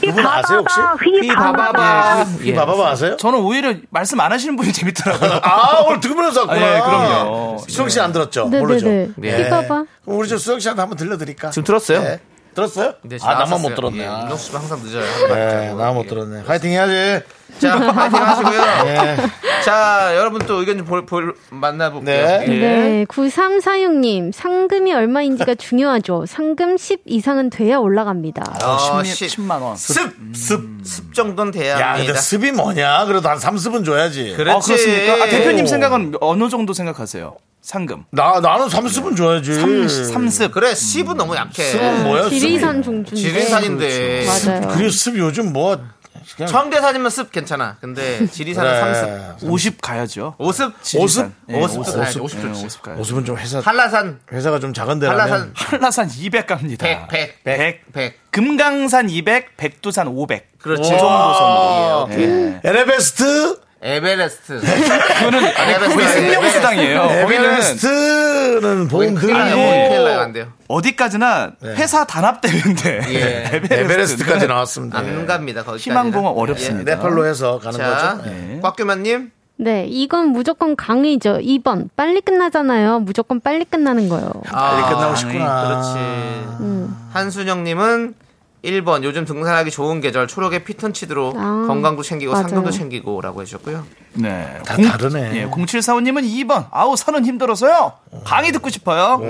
Speaker 1: 그분 아세요 혹시?
Speaker 2: 네, 휘 바바바
Speaker 1: 이 예. 봐봐봐 아세요?
Speaker 8: 저는 오히려 말씀 안 하시는 분이 재밌더라고요
Speaker 1: 아 오늘 들으면서 왔구나.
Speaker 8: 예, 그럼요.
Speaker 1: 수영 씨안 들었죠? 모르죠.
Speaker 9: 네네네.
Speaker 2: 예.
Speaker 9: 삐봐봐.
Speaker 1: 그럼 우리 저 수영 씨한테 한번 들려드릴까?
Speaker 2: 지금 들었어요?
Speaker 1: 네. 들었어요?
Speaker 2: 네, 지금
Speaker 1: 아 나만
Speaker 2: 나왔었어요.
Speaker 1: 못 들었네.
Speaker 2: 예,
Speaker 1: 아.
Speaker 2: 윤정수 씨는 항상 늦어요.
Speaker 1: 네, 나만 못 들었네. 화이팅 해야지.
Speaker 2: 자, 파이팅 하시고요.
Speaker 1: 네.
Speaker 2: 자, 여러분 또 의견 좀 볼, 볼, 만나볼게요.
Speaker 1: 네.
Speaker 2: 예.
Speaker 9: 네, 9346님, 상금이 얼마인지가 중요하죠. 상금 10 이상은 돼야 올라갑니다.
Speaker 2: 어,
Speaker 8: 십 10,
Speaker 2: 십-
Speaker 8: 10만 원
Speaker 2: 습, 습, 습 정도는 돼야
Speaker 1: 야,
Speaker 2: 합니다.
Speaker 1: 근데 습이 뭐냐? 그래도 한 3습은 줘야지.
Speaker 2: 그렇지.
Speaker 8: 아, 그렇습니까? 아, 대표님
Speaker 1: 오.
Speaker 8: 생각은 어느 정도 생각하세요? 상금 음.
Speaker 1: 나 나는 3습은 줘야지.
Speaker 8: 3습
Speaker 2: 그래, 습은 너무 약해. 음.
Speaker 1: 습은 뭐야?
Speaker 9: 지리산 종주. 음,
Speaker 2: 지리산인데.
Speaker 9: 맞아요.
Speaker 1: 그리고 습 요즘 뭐 그냥 네.
Speaker 2: 청계산이면 습 괜찮아. 근데 지리산은
Speaker 1: 그래.
Speaker 2: 삼습.
Speaker 8: 50 가야죠
Speaker 2: 오습?
Speaker 1: 오습?
Speaker 8: 예,
Speaker 2: 오습도
Speaker 8: 오습.
Speaker 2: 가야지.
Speaker 8: 오습
Speaker 2: 오습 좋지.
Speaker 8: 예, 오습 가야죠
Speaker 1: 모습은 좀 회사
Speaker 2: 한라산,
Speaker 1: 회사가 좀 작은 데라면
Speaker 2: 한라산
Speaker 8: 한라산 200 갑니다
Speaker 2: 100, 100, 100.
Speaker 8: 100. 금강산 200 백두산 500
Speaker 2: 그렇지.
Speaker 1: 정도
Speaker 2: 예, 오케이.
Speaker 1: 에베스트
Speaker 2: 에베레스트.
Speaker 8: 그거는 우리
Speaker 1: 그러니까
Speaker 2: 에베레스트.
Speaker 8: 생명수당이에요 거기는
Speaker 1: 에베스트는 보험
Speaker 2: 아,
Speaker 1: 들고
Speaker 2: 큰일 나요. 안 돼요.
Speaker 8: 어디까지나 회사 단합대회인데
Speaker 2: 예.
Speaker 1: 네. 에베레스트까지 나왔습니다.
Speaker 2: 안 갑니다. 아, 예, 거기까지.
Speaker 8: 희망봉은 어렵습니다.
Speaker 1: 네팔로 해서 가는
Speaker 2: 자,
Speaker 1: 거죠. 예.
Speaker 2: 꽉규만님.
Speaker 9: 네, 이건 무조건 강의죠. 2번. 빨리 끝나잖아요. 무조건 빨리 끝나는 거요.
Speaker 1: 빨리
Speaker 2: 아,
Speaker 1: 끝나고 싶구나.
Speaker 2: 그렇지. 한순영님은 1번 요즘 등산하기 좋은 계절 초록의 피톤치드로
Speaker 9: 아,
Speaker 2: 건강도 챙기고
Speaker 9: 맞아요.
Speaker 2: 상금도 챙기고라고 해주셨고요.
Speaker 8: 네.
Speaker 1: 다
Speaker 8: 공-
Speaker 1: 다르네.
Speaker 8: 예, 0745님은 2번. 아우, 산은 힘들어서요. 강의 듣고 싶어요.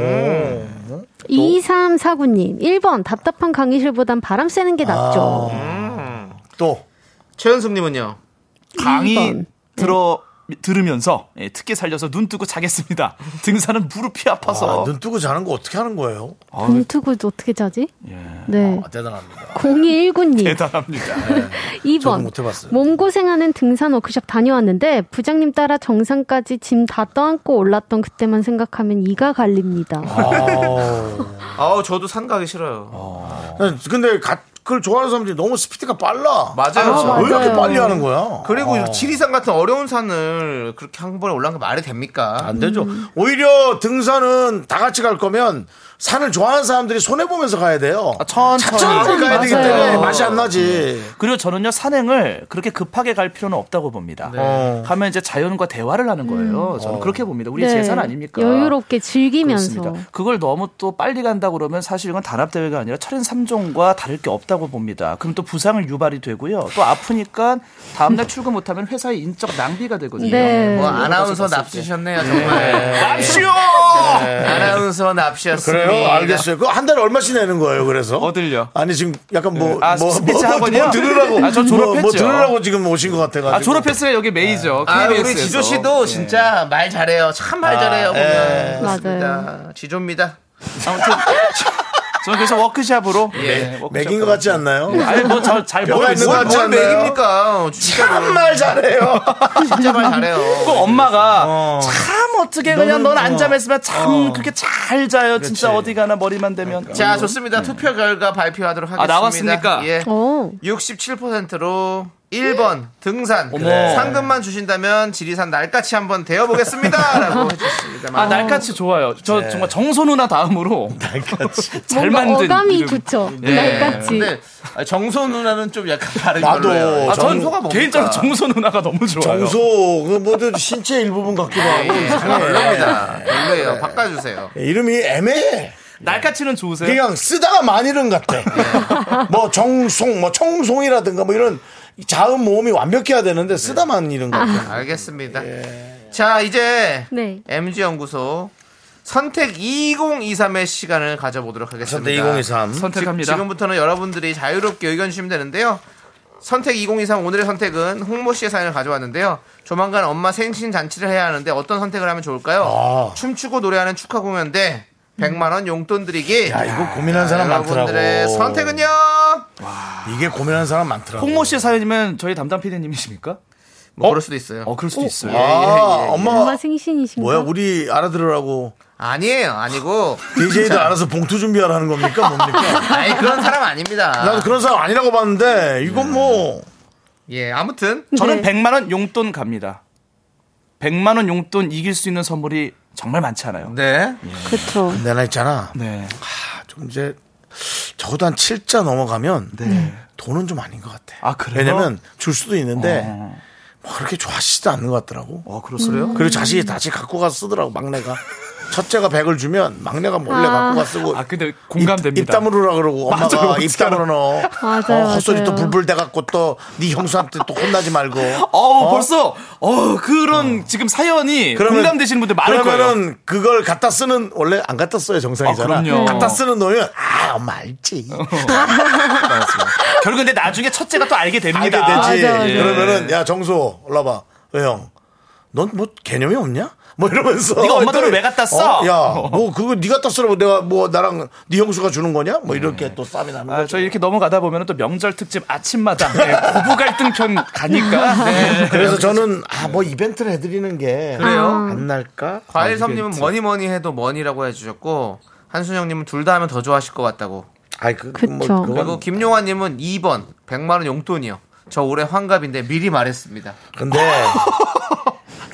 Speaker 9: 2349님, 1번. 답답한 강의실보단 바람 쐬는 게 낫죠.
Speaker 1: 어. 또
Speaker 2: 최은숙님은요.
Speaker 8: 아, 강의
Speaker 9: 음, 이번.
Speaker 8: 들어 들으면서 예, 특기 살려서 눈 뜨고 자겠습니다. 등산은 무릎이 아파서
Speaker 1: 아, 눈 뜨고 자는 거 어떻게 하는 거예요?
Speaker 9: 눈 뜨고 어떻게 자지? 네.
Speaker 1: 아, 대단합니다.
Speaker 9: 0219님.
Speaker 8: 대단합니다.
Speaker 1: 저도
Speaker 9: 2번
Speaker 1: 못 해봤어요.
Speaker 9: 몸고생하는 등산 워크숍 다녀왔는데 부장님 따라 정상까지 짐 다 떠안고 올랐던 그때만 생각하면 이가 갈립니다.
Speaker 1: 아.
Speaker 8: 아,
Speaker 2: 아우 저도 산 가기 싫어요.
Speaker 1: 아. 근데 가- 그걸 좋아하는 사람들이 너무 스피드가 빨라.
Speaker 2: 맞아요.
Speaker 9: 아,
Speaker 1: 왜 이렇게
Speaker 9: 맞아요.
Speaker 1: 빨리 하는 거야?
Speaker 2: 그리고
Speaker 1: 어.
Speaker 2: 지리산 같은 어려운 산을 그렇게 한 번에 올라간 게 말이 됩니까?
Speaker 1: 안 되죠. 오히려 등산은 다 같이 갈 거면 산을 좋아하는 사람들이 손해 보면서 가야 돼요.
Speaker 8: 아, 천천히.
Speaker 1: 천천히 가야 되기
Speaker 9: 맞아요.
Speaker 1: 때문에 맛이 안 나지.
Speaker 8: 그리고 저는요 산행을 그렇게 급하게 갈 필요는 없다고 봅니다.
Speaker 1: 어.
Speaker 8: 가면 이제 자연과 대화를 하는 거예요. 저는 그렇게 봅니다. 우리 의
Speaker 9: 네.
Speaker 8: 재산 아닙니까?
Speaker 9: 여유롭게 즐기면서.
Speaker 8: 그렇습니다. 그걸 너무 또 빨리 간다 그러면 사실 이건 단합 대회가 아니라 철인 3종과 다를 게 없다고 봅니다. 그럼 또 부상을 유발이 되고요. 또 아프니까 다음 날 출근 못 하면 회사에 인적 낭비가 되거든요.
Speaker 9: 네.
Speaker 2: 뭐
Speaker 8: 여러
Speaker 2: 아나운서
Speaker 8: 가지 봤을 때.
Speaker 2: 납치셨네요 정말. 납시요.
Speaker 8: 네.
Speaker 2: 아나운서 납치였습니다.
Speaker 1: 그래요? 알겠어요. 그거 한 달에 얼마씩 내는 거예요, 그래서?
Speaker 8: 어딜요?
Speaker 1: 아니, 지금 약간 뭐,
Speaker 8: 아,
Speaker 1: 뭐,
Speaker 8: 스피치
Speaker 1: 뭐,
Speaker 8: 학원이요?
Speaker 1: 뭐 들으라고.
Speaker 8: 아, 저
Speaker 1: 뭐, 뭐
Speaker 8: 졸업했죠.
Speaker 1: 들으라고 지금 오신 것 같아가지고.
Speaker 8: 아 졸업했어요 여기 메이저.
Speaker 2: 아,
Speaker 8: KBS 에서. 예. 아,
Speaker 2: 우리 지조 씨도 진짜 말 잘해요. 참 말 잘해요. 보면. 그렇습니다. 지조입니다.
Speaker 8: 아무튼 저는 그래서 워크샵으로 네, 워크샵
Speaker 1: 맥인 것 같지 않아요?
Speaker 8: 네. 아니 뭐잘잘
Speaker 1: 뼈가 있는 것 같지
Speaker 2: 예. 뭘
Speaker 1: 않나요?
Speaker 2: 맥입니까? 진짜
Speaker 1: 정말 잘해요.
Speaker 2: 진짜 말 잘해요.
Speaker 8: 엄마가 참 어. 어떻게 어. 그냥 넌 안 잠했으면 참 그렇게 잘 자요 진짜 어디 가나 머리만 대면
Speaker 2: 자, 좋습니다. 투표 결과 발표하도록 하겠습니다.
Speaker 8: 아, 나왔습니까?
Speaker 2: 예.
Speaker 9: 어.
Speaker 2: 67%로 1번 등산
Speaker 8: 네.
Speaker 2: 상금만 주신다면 지리산 날같이 한번 데워보겠습니다 라고 해주셨습니다
Speaker 8: 아 날같이 좋아요 저
Speaker 1: 네.
Speaker 8: 정말 정소 누나 다음으로 날같이 잘
Speaker 9: 뭔가
Speaker 8: 만든
Speaker 9: 어감이
Speaker 8: 이름.
Speaker 9: 좋죠.
Speaker 2: 예.
Speaker 9: 날같이.
Speaker 1: 네.
Speaker 2: 근데 아, 정소 누나는 좀 약간 다른
Speaker 1: 나도.
Speaker 2: 걸로요.
Speaker 8: 아,
Speaker 1: 정-
Speaker 8: 전
Speaker 2: 정소가 뭡니까?
Speaker 8: 개인적으로 정소 누나가 너무 좋아요
Speaker 1: 정소, 그, 뭐, 신체 일부분
Speaker 8: 아,
Speaker 1: 같기도 하고.
Speaker 2: 예,
Speaker 8: 네.
Speaker 2: 정말 별로입니다 별로예요 바꿔주세요
Speaker 1: 이름이 애매해.
Speaker 8: 날같이는
Speaker 2: 네.
Speaker 8: 좋으세요?
Speaker 1: 그냥 쓰다가 만일은 같아. 뭐 정송, 뭐 청송이라든가 뭐 이런 자음 모음이 완벽해야 되는데
Speaker 2: 네.
Speaker 1: 쓰다만 이런 거. 같아. 예.
Speaker 2: 알겠습니다 자 이제
Speaker 9: 네.
Speaker 2: MG연구소 선택 2023의 시간을 가져보도록 하겠습니다
Speaker 1: 선택 2023.
Speaker 8: 선택합니다
Speaker 2: 지금, 부터는 여러분들이 자유롭게 의견 주시면 되는데요. 선택 2023 오늘의 선택은 홍모 씨의 사연을 가져왔는데요. 조만간 엄마 생신 잔치를 해야 하는데 어떤 선택을 하면 좋을까요?
Speaker 1: 아.
Speaker 2: 춤추고 노래하는 축하 공연 대 100만 원 용돈 드리기.
Speaker 1: 야, 이거 고민한 사람
Speaker 2: 여러분들의
Speaker 1: 많더라고.
Speaker 2: 선택은요.
Speaker 1: 이게 고민하는 사람 많더라고.
Speaker 8: 홍모 씨의 사연이면 저희 담당 PD님이십니까?
Speaker 2: 뭐 그럴 수도 있어요.
Speaker 8: 어 그럴 수도 있어요
Speaker 9: 네.
Speaker 2: 예,
Speaker 1: 아, 엄마
Speaker 9: 엄마 생신이신가?
Speaker 1: 뭐야? 우리 알아들으라고
Speaker 2: 아니에요. 아니고.
Speaker 1: DJ도 알아서 봉투 준비하라는 겁니까? 뭡니까?
Speaker 2: 아니 그런 사람 아닙니다.
Speaker 1: 나도 그런 사람 아니라고 봤는데 이건 뭐
Speaker 2: 예, 아무튼
Speaker 8: 저는
Speaker 9: 네.
Speaker 8: 100만 원 용돈 갑니다. 100만 원 용돈 이길 수 있는 선물이 정말 많지 않아요.
Speaker 2: 네.
Speaker 9: 그렇죠.
Speaker 1: 내나 있잖아.
Speaker 8: 네.
Speaker 1: 좀 이제 적어도 한 7자 넘어가면 돈은 좀 아닌 것 같아.
Speaker 8: 네. 아, 그래요?
Speaker 1: 왜냐면 줄 수도 있는데 뭐 그렇게 좋아하시지도 않는 것 같더라고.
Speaker 8: 어, 그렇습니까?
Speaker 1: 그리고 자식이 다시 갖고 가서 쓰더라고 막내가 첫째가 100을 주면 막내가 몰래
Speaker 9: 아.
Speaker 1: 갖고 가 쓰고
Speaker 8: 아, 근데 공감됩니다.
Speaker 1: 입, 다물으라 그러고 엄마가
Speaker 8: 맞아요, 맞아요.
Speaker 1: 입 다물어 넣어
Speaker 9: 맞아요,
Speaker 1: 어, 헛소리
Speaker 9: 맞아요.
Speaker 1: 또 불불 대갖고 또 네 형수한테 또 혼나지 말고
Speaker 8: 어우, 벌써, 어 그런 지금 사연이
Speaker 1: 그러면-
Speaker 8: 공감되시는 분들 많을 거예요.
Speaker 1: 그러면은 그걸 갖다 쓰는 원래 안 갖다 써요 정상이잖아
Speaker 8: 아, 그럼요.
Speaker 1: 갖다 쓰는 놈이면 아 엄마 알지
Speaker 8: 결국 근데 나중에 첫째가 또 알게
Speaker 1: 알게
Speaker 8: 됩니다.
Speaker 1: 되지
Speaker 9: 맞아, 네. 맞아.
Speaker 1: 그러면은 야 정수 올라 봐왜형넌 뭐 개념이 없냐 뭐 이러면서 어,
Speaker 8: 네가 엄마 돈을 왜 갖다 써?
Speaker 1: 야뭐 그거 네가 갖다 쓰라고 내가 뭐 나랑 네 형수가 주는 거냐 뭐 이렇게 또 싸움이 나는
Speaker 8: 아,
Speaker 1: 거죠
Speaker 8: 저희 이렇게 넘어가다 보면 또 명절 특집 아침마당 네, 고부 갈등 편 가니까. 네.
Speaker 1: 그래서 저는 아 뭐 이벤트를 해드리는 게
Speaker 2: 그래요?
Speaker 1: 안 날까?
Speaker 9: 아,
Speaker 2: 과일섭님은 뭐니 뭐니 해도 뭐니라고 해주셨고 한순영님은 둘 다 하면 더 좋아하실 것 같다고.
Speaker 1: 아이 그, 그
Speaker 9: 그쵸.
Speaker 1: 뭐, 그건-
Speaker 2: 그리고 김용환님은 2번 100만 원 용돈이요. 저 올해 환갑인데 미리 말했습니다.
Speaker 1: 근데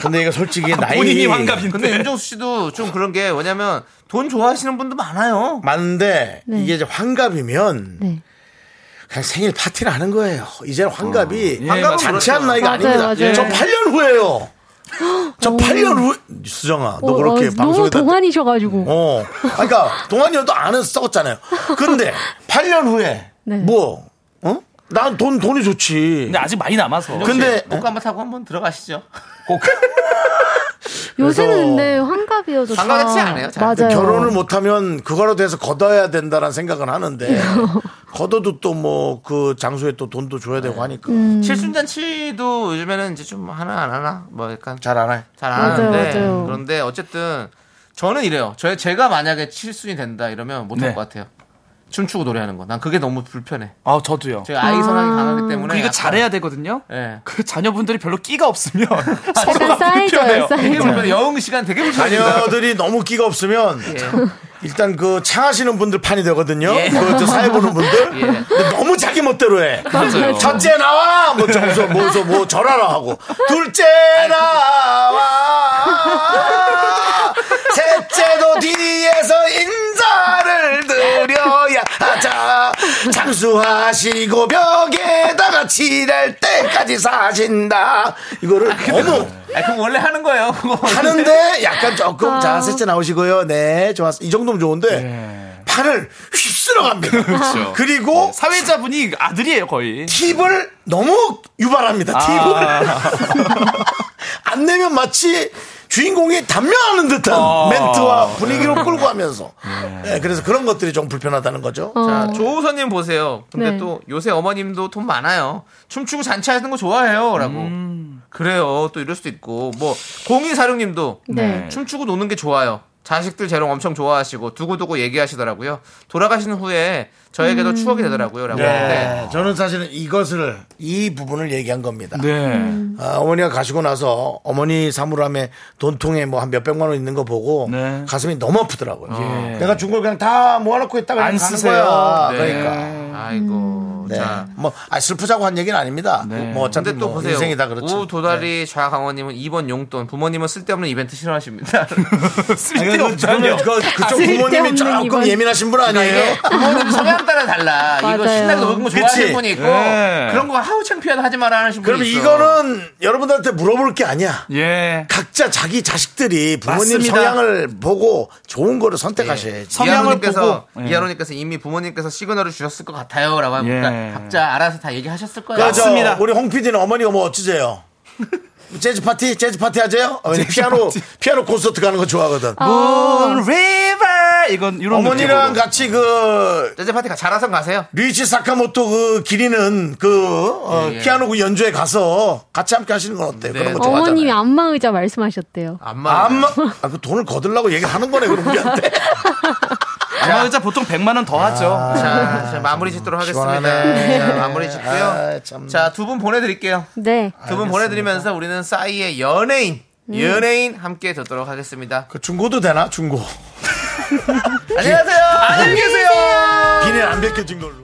Speaker 1: 근데 이거 솔직히 나이
Speaker 8: 본인이 환갑인데.
Speaker 2: 근데 윤정수 씨도 좀 그런 게 왜냐면 돈 좋아하시는 분도 많아요.
Speaker 1: 많은데
Speaker 9: 네.
Speaker 1: 이게 이제 환갑이면
Speaker 9: 네.
Speaker 1: 그냥 생일 파티를 하는 거예요. 이제는 환갑이
Speaker 8: 예,
Speaker 1: 환갑은 그렇죠.
Speaker 2: 맞아요.
Speaker 1: 잔치한 나이가
Speaker 9: 맞아요,
Speaker 1: 아닙니다.
Speaker 9: 맞아요.
Speaker 1: 저 8년 후예요. 저 8년 후 수정아 너 그렇게
Speaker 9: 어, 어, 너무
Speaker 1: 방송에다
Speaker 9: 동안이셔가지고.
Speaker 1: 어. 아, 그러니까 동안이어도 안은 썩었잖아요. 근데 8년 후에
Speaker 9: 네.
Speaker 1: 뭐 어? 난 돈 돈이 좋지.
Speaker 8: 네.
Speaker 1: 네.
Speaker 8: 근데 어? 아직 많이 남아서.
Speaker 1: 근데
Speaker 2: 녹가 한번 타고 한번 들어가시죠.
Speaker 9: 요새는
Speaker 1: 그래서-
Speaker 9: 근데 환갑이어서
Speaker 2: 환갑
Speaker 9: 다-
Speaker 2: 같지 않아요, 잘.
Speaker 9: 맞아요.
Speaker 1: 결혼을 못하면 그거라도 해서 걷어야 된다는 생각은 하는데 걷어도 또 뭐 그 장소에 또 돈도 줘야 되고 하니까
Speaker 9: 음.
Speaker 2: 칠순잔치도 요즘에는 이제 좀 하나 안 하나 뭐 약간
Speaker 1: 잘 안 해.
Speaker 2: 잘 안
Speaker 9: 맞아요,
Speaker 2: 하는데
Speaker 9: 맞아요.
Speaker 2: 그런데 어쨌든 저는 이래요. 저 제가 만약에 칠순이 된다 이러면 못할
Speaker 8: 네.
Speaker 2: 것 같아요. 춤추고 노래하는 거. 난 그게 너무 불편해.
Speaker 8: 아 저도요.
Speaker 2: 제가 아이 성향이 강하기 때문에
Speaker 8: 그리고
Speaker 2: 약간-
Speaker 8: 잘해야 되거든요.
Speaker 2: 예.
Speaker 8: 그 자녀분들이 별로 끼가 없으면 서로가
Speaker 9: 쌓이죠,
Speaker 1: 네.
Speaker 8: 불편해요.
Speaker 9: 쌓이죠.
Speaker 2: 되게 불편해. 여흥 시간 되게 불편해.
Speaker 1: 자녀들이 너무 끼가 없으면 일단 그 창하시는 분들 판이 되거든요.
Speaker 8: 예.
Speaker 1: 그저 사회 보는 분들
Speaker 2: 예.
Speaker 1: 근데 너무 자기 멋대로 해.
Speaker 8: 맞아요.
Speaker 1: 첫째 나와 뭐 점수 뭐서 뭐 절하라 하고 둘째 나와 셋째도 뒤에서 인사를 드려야 하자 장수하시고 벽에다가 칠할 때까지 사신다 이거를 너무
Speaker 2: 아, 그럼 원래 하는 거예요. 그거.
Speaker 8: 아,
Speaker 1: 하는데 약간 조금 자 셋째 나오시고요 네 좋았어 이 정도면 좋은데 팔을 휩쓸어 갑니다
Speaker 8: 네. 그렇죠. 네.
Speaker 1: 리고
Speaker 8: 사회자분이 아들이에요 거의.
Speaker 1: 팁을 너무 유발합니다.
Speaker 8: 아.
Speaker 1: 팁을 안 내면 마치 주인공이 단면하는 듯한
Speaker 8: 어.
Speaker 1: 멘트와 분위기로 끌고 하면서 네, 그래서 그런 것들이 좀 불편하다는 거죠.
Speaker 8: 어.
Speaker 2: 자, 조우선님 보세요. 근데
Speaker 9: 어. 네.
Speaker 2: 또 요새 어머님도 돈 많아요. 춤추고 잔치하는 거 좋아해요. 라고.
Speaker 1: 음.
Speaker 2: 그래요. 또 이럴 수도 있고. 뭐, 0246님도
Speaker 9: 네.
Speaker 2: 춤추고 노는 게 좋아요. 자식들 재롱 엄청 좋아하시고 두고두고 얘기하시더라고요. 돌아가시는 후에 저에게도
Speaker 9: 음.
Speaker 2: 추억이 되더라고요. 라고 하는데.
Speaker 1: 네, 저는 사실은 이것을 이 부분을 얘기한 겁니다.
Speaker 8: 네.
Speaker 1: 아, 어머니가 가시고 나서 어머니 사물함에 돈통에 뭐 한 몇백만 원 있는 거 보고
Speaker 8: 네.
Speaker 1: 가슴이 너무 아프더라고요.
Speaker 8: 예.
Speaker 1: 내가 준 걸 그냥 다 모아놓고 있다가
Speaker 8: 안
Speaker 1: 그냥 가는
Speaker 8: 쓰세요.
Speaker 1: 거야.
Speaker 2: 네.
Speaker 1: 그러니까.
Speaker 9: 음.
Speaker 2: 아이고.
Speaker 1: 네.
Speaker 2: 자.
Speaker 1: 뭐, 아, 슬프자고 한 얘기는 아닙니다.
Speaker 8: 네.
Speaker 1: 뭐, 어차피
Speaker 2: 근데 또
Speaker 1: 뭐
Speaker 2: 보세요.
Speaker 1: 인생이 다 그렇죠.
Speaker 2: 우 도다리 좌강원님은 2번 용돈, 부모님은 쓸데없는 이벤트 싫어하십니다.
Speaker 1: 쓸데없다뇨. 그, 그쪽 부모님이
Speaker 9: 쓸데없는
Speaker 1: 조금
Speaker 9: 이번-
Speaker 1: 예민하신 분 아니에요?
Speaker 2: 네. 부모님 성향 따라 달라. 이거
Speaker 9: 맞아요.
Speaker 2: 신나게 노는 거
Speaker 1: 네. 그치? 네.
Speaker 2: 좋아하시는 분이 있고
Speaker 8: 예.
Speaker 2: 그런 거 하우 창피하다 하지 마라 하는 분이
Speaker 1: 그럼
Speaker 2: 있어.
Speaker 1: 이거는 여러분들한테 물어볼 게 아니야.
Speaker 8: 예.
Speaker 1: 각자 자기 자식들이 부모님
Speaker 8: 맞습니다.
Speaker 1: 성향을 보고 좋은 거를 선택하셔야지.
Speaker 8: 성향을
Speaker 2: 이하로님께서
Speaker 1: 네.
Speaker 8: 보고, 예.
Speaker 2: 이하로님께서 이미 부모님께서 시그널을 주셨을 것 같아요라고 하니까
Speaker 8: 예.
Speaker 2: 각자 알아서 그렇죠. 다 얘기하셨을 거예요.
Speaker 1: 그죠?
Speaker 8: 맞습니다.
Speaker 1: 우리 홍 PD는 어머니가 뭐 어찌세요? 재즈 파티? 재즈 파티 하세요? 어머니 피아노, 피아노 콘서트 가는 거 좋아하거든.
Speaker 8: Moon River 이건 이런
Speaker 1: 어머니랑
Speaker 8: 느낌으로.
Speaker 1: 같이 그,
Speaker 2: 재즈 파티 가 자라선 가세요.
Speaker 1: 류이치 사카모토 그 기리는 그, 어,
Speaker 2: 예, 예.
Speaker 1: 피아노 그 연주에 가서 같이 함께 하시는 건 어때요?
Speaker 2: 네.
Speaker 1: 그런 거 좋아하잖아요.
Speaker 9: 어머님이 안마 의자 말씀하셨대요.
Speaker 2: 안마.
Speaker 1: 안마 아, 그 돈을 거들라고 얘기하는 거네 그럼 우리한테
Speaker 8: 아마 의자 보통 100만 원 더 하죠.
Speaker 2: 자, 자, 마무리 짓도록 하겠습니다.
Speaker 1: 시원하네.
Speaker 2: 자, 마무리 짓고요.
Speaker 1: 아, 참.
Speaker 2: 자, 두 분 보내드릴게요.
Speaker 9: 네.
Speaker 2: 두 분 보내드리면서 우리는 싸이의 연예인, 연예인 함께 듣도록 하겠습니다.
Speaker 1: 그 중고도 되나 중고
Speaker 2: 안녕하세요. 안녕히 계세요.
Speaker 1: 비닐 안 벗겨진 걸로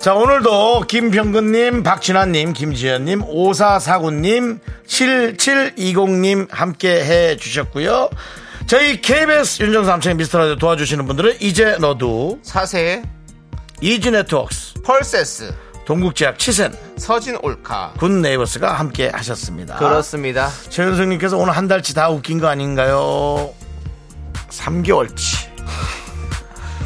Speaker 1: 자 오늘도 김병근님 박진환님 김지현님 5449님 7720님 함께 해주셨고요 저희 KBS 윤정수 남창의 미스터라디오 도와주시는 분들은 이제 너도
Speaker 2: 사세,
Speaker 1: 이지네트웍스
Speaker 2: 펄세스,
Speaker 1: 동국제약 치센
Speaker 2: 서진 올카.
Speaker 1: 굿 네이버스가 함께 하셨습니다.
Speaker 2: 아, 그렇습니다.
Speaker 1: 최윤성님께서 오늘 한 달치 다 웃긴 거 아닌가요? 3개월치.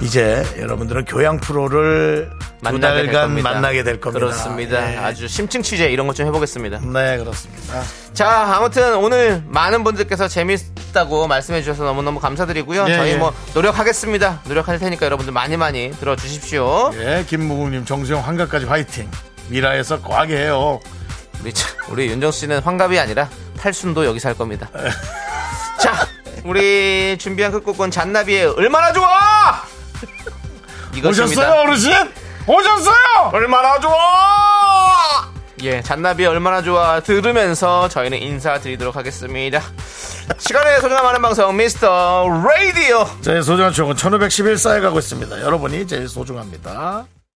Speaker 1: 이제 여러분들은 교양 프로를 두
Speaker 2: 만나게 될
Speaker 1: 달간
Speaker 2: 겁니다. 예.
Speaker 1: 만나게 될 겁니다.
Speaker 2: 그렇습니다.
Speaker 1: 네.
Speaker 2: 아주 심층 취재 이런 것 좀 해보겠습니다.
Speaker 1: 네, 그렇습니다.
Speaker 2: 자, 아무튼 오늘 많은 분들께서 재밌다고 말씀해 주셔서 너무너무 감사드리고요.
Speaker 1: 예,
Speaker 2: 저희
Speaker 1: 예.
Speaker 2: 뭐 노력하겠습니다. 노력할 테니까 여러분들 많이 많이 들어주십시오.
Speaker 1: 예, 김무국님, 정수영 환갑까지 화이팅. 미라에서 과하게 해요.
Speaker 2: 우리, 참- 우리 윤정수 씨는 환갑이 아니라 팔순도 여기서 할 겁니다. 자, 우리 준비한 끝곡은 잔나비의 얼마나 좋아!
Speaker 1: 오셨어요,
Speaker 2: 이것입니다.
Speaker 1: 어르신? 오셨어요! 얼마나 좋아!
Speaker 2: 예, 잔나비 얼마나 좋아 들으면서 저희는 인사드리도록 하겠습니다. 시간의 소중함 하는 방송 미스터 라디오.
Speaker 1: 저의 소중한 추억은 1511 쌓여가고 있습니다. 여러분이 제일 소중합니다.